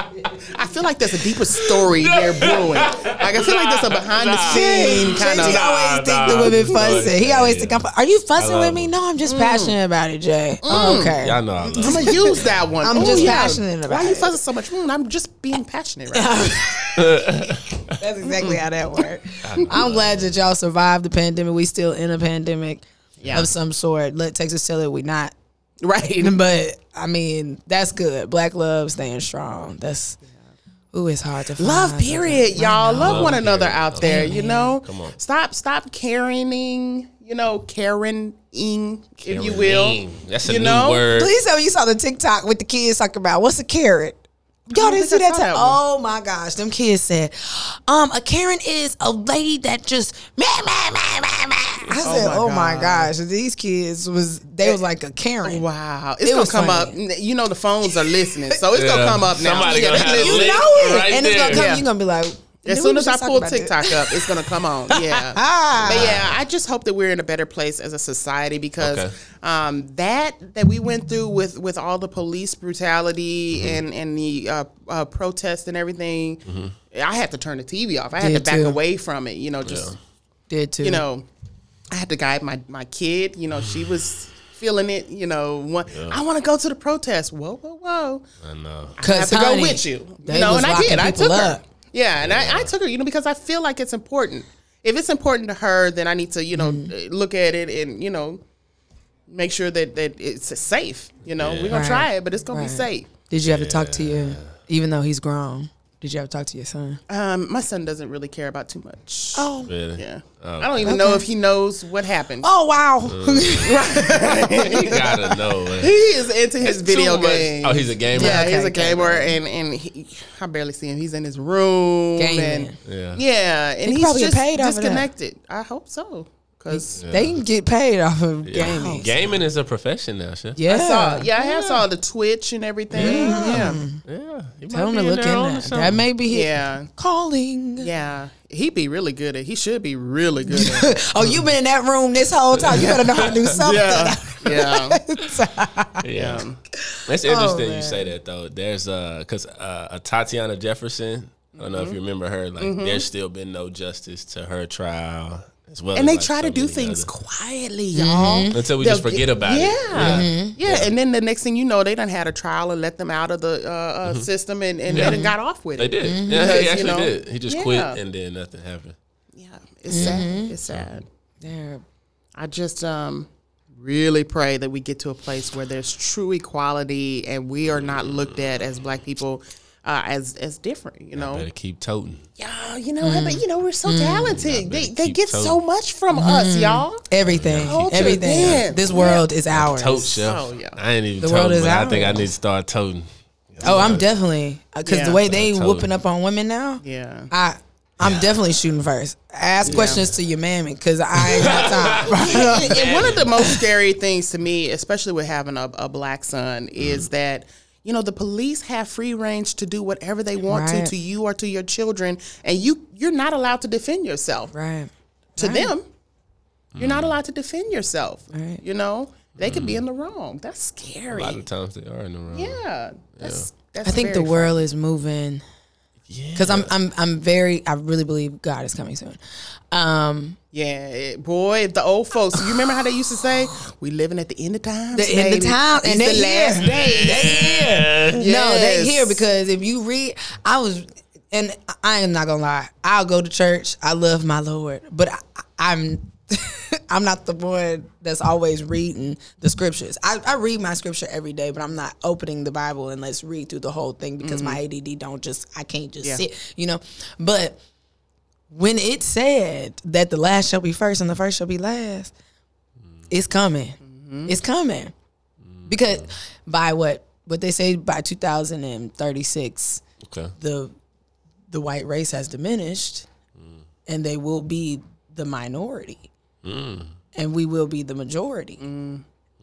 B: I feel like there's a deeper story there brewing. Like I feel like there's a behind the
A: Nah.
B: scene kind
C: JT
B: of.
A: Nah,
C: always think the
A: nah.
C: women
A: Nah,
C: fussing. He
A: yeah,
C: always
A: yeah.
C: think I'm. fu- Are you fussing
A: love
C: with me?
A: him.
C: No, I'm just passionate about it, Jay.
B: Mm.
C: Okay.
A: Y'all know I love.
B: I'm gonna use that one.
C: I'm just passionate about
B: Why you
C: it.
B: fussing so much? Mm, I'm just being passionate right now.
C: That's exactly how that worked. I'm glad that y'all survived the pandemic. We still in a pandemic
B: Yeah.
C: of some sort. Let Texas tell it we not.
B: right.
C: But I mean, that's good. Black love staying strong. That's ooh, it's hard to find.
B: Love period, y'all. Love, one
A: Love
B: another
A: period.
B: out there,
A: Come
B: you know.
A: Come on.
B: Stop stop caring, you know, caring if you will.
A: That's a
B: You
A: new
B: know?
A: word.
C: Please tell me you saw the TikTok with the kids talking about what's a carrot. Y'all
B: don't
C: didn't see
B: think I
C: that,
B: saw
C: t-
B: that one.
C: Oh my gosh, them kids said, um, a Karen is a lady that just meh, meh, meh, meh, meh. I said,
B: my
C: oh my,
B: God.
C: gosh, these kids was they was like a Karen.
B: Wow. It's
C: It
B: gonna
C: was
B: come up.
C: funny.
B: You know the phones are listening, so it's gonna
A: Yeah.
B: come up now.
A: Somebody
B: Yeah,
A: gonna have
B: they
A: a
C: You
B: listen.
C: know
A: Lick
C: it,
A: right
C: and it's gonna
A: there.
C: come.
B: Yeah.
C: You're gonna be like,
B: As
C: "Did
B: soon
C: we
B: as I
C: just talk
B: pull
C: about this?"
B: TikTok up, it's gonna come on. Yeah.
C: Ah.
B: But yeah, I just hope that we're in a better place as a society because
A: Okay.
B: um, that that we went through with with all the police brutality and and the uh, uh, protests and everything. I had to turn the TV off. I had
C: Did
B: to back
C: too.
B: away from it. You know, just
C: did too.
B: you know, I had to guide my my kid. You know, she was feeling it. You know, one, I want to go to the protest. Whoa, whoa, whoa!
A: I know.
C: Cause
B: I have to
C: honey,
B: go with you.
C: they
B: You know,
C: was
B: and I
C: locking
B: did. I
C: people
B: took
C: up.
B: her. Yeah, and I, I took her, you know, because I feel like it's important. If it's important to her, then I need to, you know,
C: Mm-hmm.
B: uh, look at it and, you know, make sure that, that it's safe. You know, we're going
C: Right.
B: to try it, but it's going
C: Right.
B: to be safe.
C: Did you have to talk to your, even though he's grown? Did you have to talk to your son?
B: Um, my son doesn't really care about too much.
C: Oh,
A: Really?
B: Yeah. I don't even know if he knows what happened.
C: oh wow.
A: You gotta know.
B: He is into his video
A: Too much-
B: game.
A: Oh, he's a gamer.
B: Yeah,
C: Okay,
B: he's a
C: gamer.
B: gamer, and and he, I barely see him. He's in his room,
C: Gaming.
A: Yeah.
B: and yeah, and he's
C: probably get
B: just
C: paid off of that.
B: disconnected. I hope so, because
C: They can get paid off of gaming.
A: Gaming is a profession now, shit.
C: Yeah.
B: I saw, yeah, I have saw the Twitch and everything. Yeah,
A: Yeah. You
C: Tell him
A: might
C: to
A: be
C: look in
A: there on
C: that.
A: to
C: That
A: something.
C: may be his
B: yeah,
C: calling.
B: yeah. He'd be really good at. He should be really good at. it.
C: Oh, you've been in that room this whole time. You better know how to do something.
B: yeah, yeah,
A: Yeah.
B: Yeah. Oh,
A: That's interesting
C: man.
A: you say that though. There's uh cuz uh, a Tatiana Jefferson, I don't know
B: Mm-hmm.
A: if you remember her like there's still been no justice to her trial as well.
B: and
A: as,
B: they
A: like,
B: try
A: so
B: to do
A: many others.
B: things quietly, y'all.
A: until we
B: They'll
A: just forget
B: get-
A: about
B: Mm-hmm. yeah.
A: it.
B: Yeah. and then the next thing you know, they done had a trial and let them out of the uh, uh, system, and, and
A: Yeah.
B: they done got off with
A: They
B: it.
A: did. Yeah,
B: Mm-hmm. Because,
A: he
B: you
A: actually
B: know,
A: did. He just quit
B: yeah.
A: and then nothing happened.
B: Yeah, it's sad. It's sad.
C: They're-
B: I just um, really pray that we get to a place where there's true equality and we are not looked at as black people uh, as as different. You know,
A: Better keep toting.
B: yeah, you know, but you know, we're so talented. They they
A: keep
B: get so
A: toting.
B: much from us, y'all.
C: Everything.
B: Culture,
C: Everything.
B: yeah.
C: This world is ours.
A: Tote chef.
B: Oh, yeah.
A: I ain't even
C: The world
A: toting,
C: is
A: but I think I
C: ours.
A: need to start toting.
C: Oh, I'm definitely because
B: Yeah.
C: the way they
A: Totally.
C: whooping up on women now.
B: Yeah,
C: I I'm definitely shooting first. Ask questions to your mammy because I ain't got time.
B: and, and one of the most scary things to me, especially with having a, a black son, is that you know the police have free range to do whatever they want
C: Right.
B: to to you or to your children, and you you're not allowed to defend yourself.
C: right.
B: To them, you're not allowed to defend yourself.
C: Right.
B: You know they could be in the wrong. That's scary.
A: A lot of times they are in the wrong.
B: yeah, that's that's.
C: I think the
B: very
C: world is moving
A: Yeah.
C: because I'm I'm I'm very I really believe God is coming soon. Um,
B: Yeah, it, boy, if the old folks. You remember how they used to say, "We living at the end of times."
C: The end of
B: baby.
C: time,
B: These
C: and they
B: the last
C: here.
A: Yeah.
B: days.
C: No, they
B: Yes.
C: here because if you read, I was, and I am not gonna lie. I'll go to church. I love my Lord, but I, I'm, I'm not the one that's always reading the scriptures. I, I read my scripture every day, but I'm not opening the Bible and let's read through the whole thing because my ADD don't just. I can't just
B: Mm-hmm. Yeah.
C: sit, you know. But when it said that the last shall be first and the first shall be last, it's coming.
B: Mm-hmm.
C: It's coming because by what what they say by 2036
A: Okay.
C: the the white race has diminished
A: Mm.
C: and they will be the minority
A: Mm.
C: and we will be the majority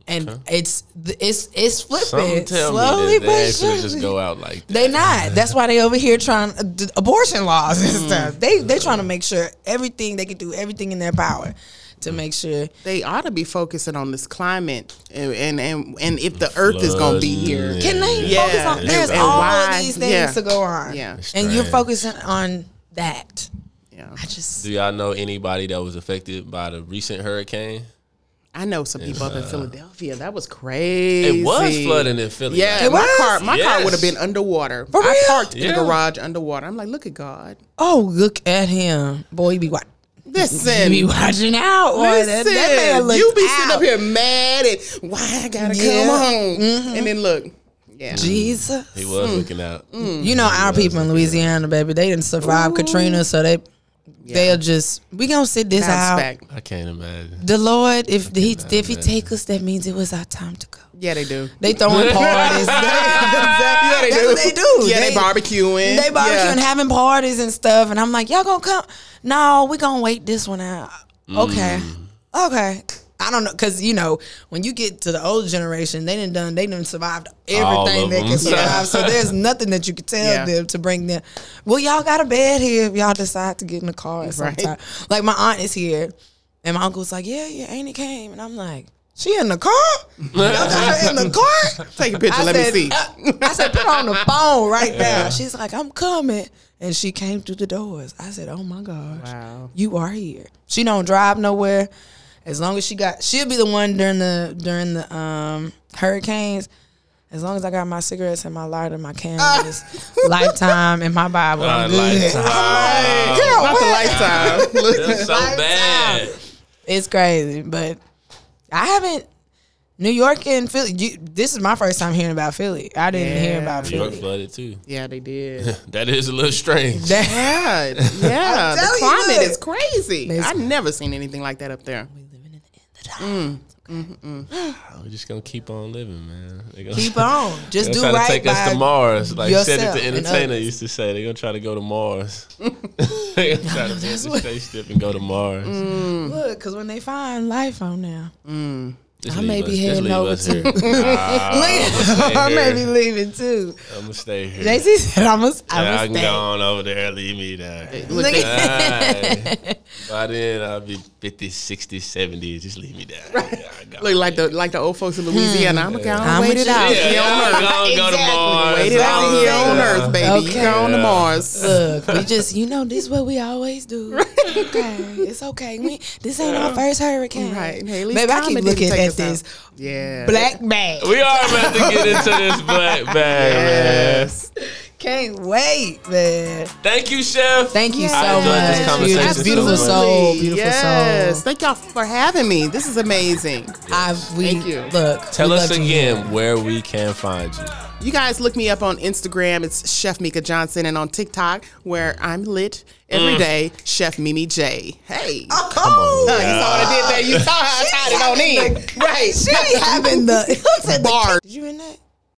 C: and it's it's it's
A: Something
C: flipping
A: tell me
C: slowly
A: that they
C: but
A: actually
C: surely.
A: just go out like that.
C: They not. That's why they over here trying uh, d- abortion laws and stuff. They they trying to make sure everything they can do everything in their power to
A: Mm.
C: make sure
B: They ought to be focusing on this climate, and and and, and if the Earth is going to be here,
A: Flooding.
C: Can they
B: Yeah.
C: focus on?
B: And-
C: There's
B: and
C: all
B: why-
C: of these things
B: yeah.
C: to go on.
B: Yeah.
C: and
B: It's
C: you're
A: trash.
C: focusing on that.
B: yeah.
C: I just
A: Do y'all know anybody that was affected by the recent hurricane?
B: I know some people up in Philadelphia. That was crazy.
A: It was flooding in Philly.
B: Yeah,
C: It
B: my
C: was?
B: car, my car
A: Yes.
B: would have been underwater.
C: For real?
B: I parked in
A: Yeah.
B: the garage underwater. I'm like, look at God.
C: oh look at him, boy. You be watch, you
B: Listen,
C: be watching out. Boy, that,
B: listen.
C: that man looked
B: you be
C: out.
B: sitting up here mad and why I gotta
C: Yeah. Mm-hmm.
B: come home, and then look, yeah,
C: Jesus,
A: He was looking out.
C: you know our people in Louisiana, baby. They didn't survive Katrina, so they they'll just we gonna sit this
B: bounce
C: out.
B: back.
A: I can't imagine.
C: The Lord, if he if he take us, that means it was our time to go.
B: Yeah, they do.
C: They throwing parties.
B: yeah, they
C: That's
B: do.
C: what they do.
B: Yeah, they,
C: They-
B: barbecuing.
C: They barbecue and
B: Yeah.
C: having parties and stuff, and I'm like, y'all gonna come? No, we gonna wait this one out. Okay, okay. I don't know, cause you know when you get to the older generation, they didn't done, they done survived
A: All
C: everything
A: of
C: they
A: them.
C: can survive. so there's nothing that you could tell
B: Yeah.
C: them to bring them. Well, y'all got a bed here if y'all decide to get in the car at
B: Right.
C: some time. Like my aunt is here, and my uncle's like, yeah, yeah, Auntie came, and I'm like, she in the car? y'all got her in the car?
B: Take a picture. let
C: said,
B: me see.
C: uh, I said, put on the phone right now. She's like, I'm coming. And she came through the doors. I said, Oh my gosh.
B: Wow.
C: You are here. She don't drive nowhere. As long as she got she'll be the one during the during the um hurricanes. As long as I got my cigarettes and my lighter, my
B: Ah.
C: candles, lifetime, and my Bible, I'm
A: Uh,
C: good.
A: Lifetime.
C: I'm like, girl,
B: Not the
C: what?
B: lifetime. Look.
A: That's so bad.
C: It's crazy, but I haven't. New York and Philly. You, this is my first time hearing about Philly. I didn't hear
B: Yeah.
C: about
A: New York
C: Philly.
A: flooded too.
B: yeah, they did.
A: That is a little strange.
C: That-
B: Yeah, yeah. the
C: telling you,
B: climate
C: look.
B: is crazy.
C: It's-
B: I've never seen anything like that up there.
A: We're just gonna keep on living, man. They gonna,
C: Keep on. Just
A: They're
C: do
A: trying
C: right
A: to take
C: by
A: us to Mars, like
C: yourself
A: Cedric the
C: and
A: Entertainer
C: others.
A: used to say. They're gonna try to go to Mars. They're gonna try to take the spaceship and go to Mars.
C: Mm, Look, because when they find life on now,
A: Just
C: I
A: leave
C: may
A: us-
C: be
A: just
C: heading
A: leave
C: over
A: us
C: to-
A: here. Nah,
C: I may be leaving too.
A: I'm gonna stay here.
C: Jay Z said, "I'm gonna,
A: Yeah, I
C: I'm
A: can go on over there. Leave me there.
B: Look,
C: Look
B: they,
C: at-
A: Alright. By then, I'll be 50, 60, 70. Just leave me there. Yeah, I got
B: look like the like the old
C: Hmm.
B: folks in Louisiana. I'm gonna go and wait it out.
A: Yeah,
B: Here
A: yeah,
B: on earth.
A: go, go to Mars.
B: Wait it out
A: All
B: here
A: of
B: on
A: that.
B: earth, baby.
C: Okay.
B: You go on to
A: Yeah.
B: Mars.
C: Look, we just, you know, this is what we always do. Okay, it's okay. We this ain't our first hurricane,
B: Right. Haley's
C: Maybe I keep
B: comedy
C: looking
B: take
C: at
B: us out.
C: this
B: Yeah.
C: black bag.
A: We are about to get into this black bag, man.
B: Yes.
C: Can't wait, man.
A: Thank you, Chef.
C: Thank you so
A: I enjoyed this
C: much. You're just
A: conversation
C: beautiful
A: so much.
C: soul, beautiful
B: yes.
C: soul.
B: Thank y'all for having me. This is amazing.
C: I, we,
B: Thank you.
C: Look,
A: Tell
C: we
A: us
C: love you.
A: again where we can find you.
B: You guys look me up on Instagram. It's Chef Mika Johnson, and on TikTok where I'm lit
A: Mm.
B: every day. Chef Mimi J. Hey.
C: Oh, come on.
B: You saw what I did there. You saw how I tied it on in. Right.
C: She having the,
B: Bars.
C: Did you in that?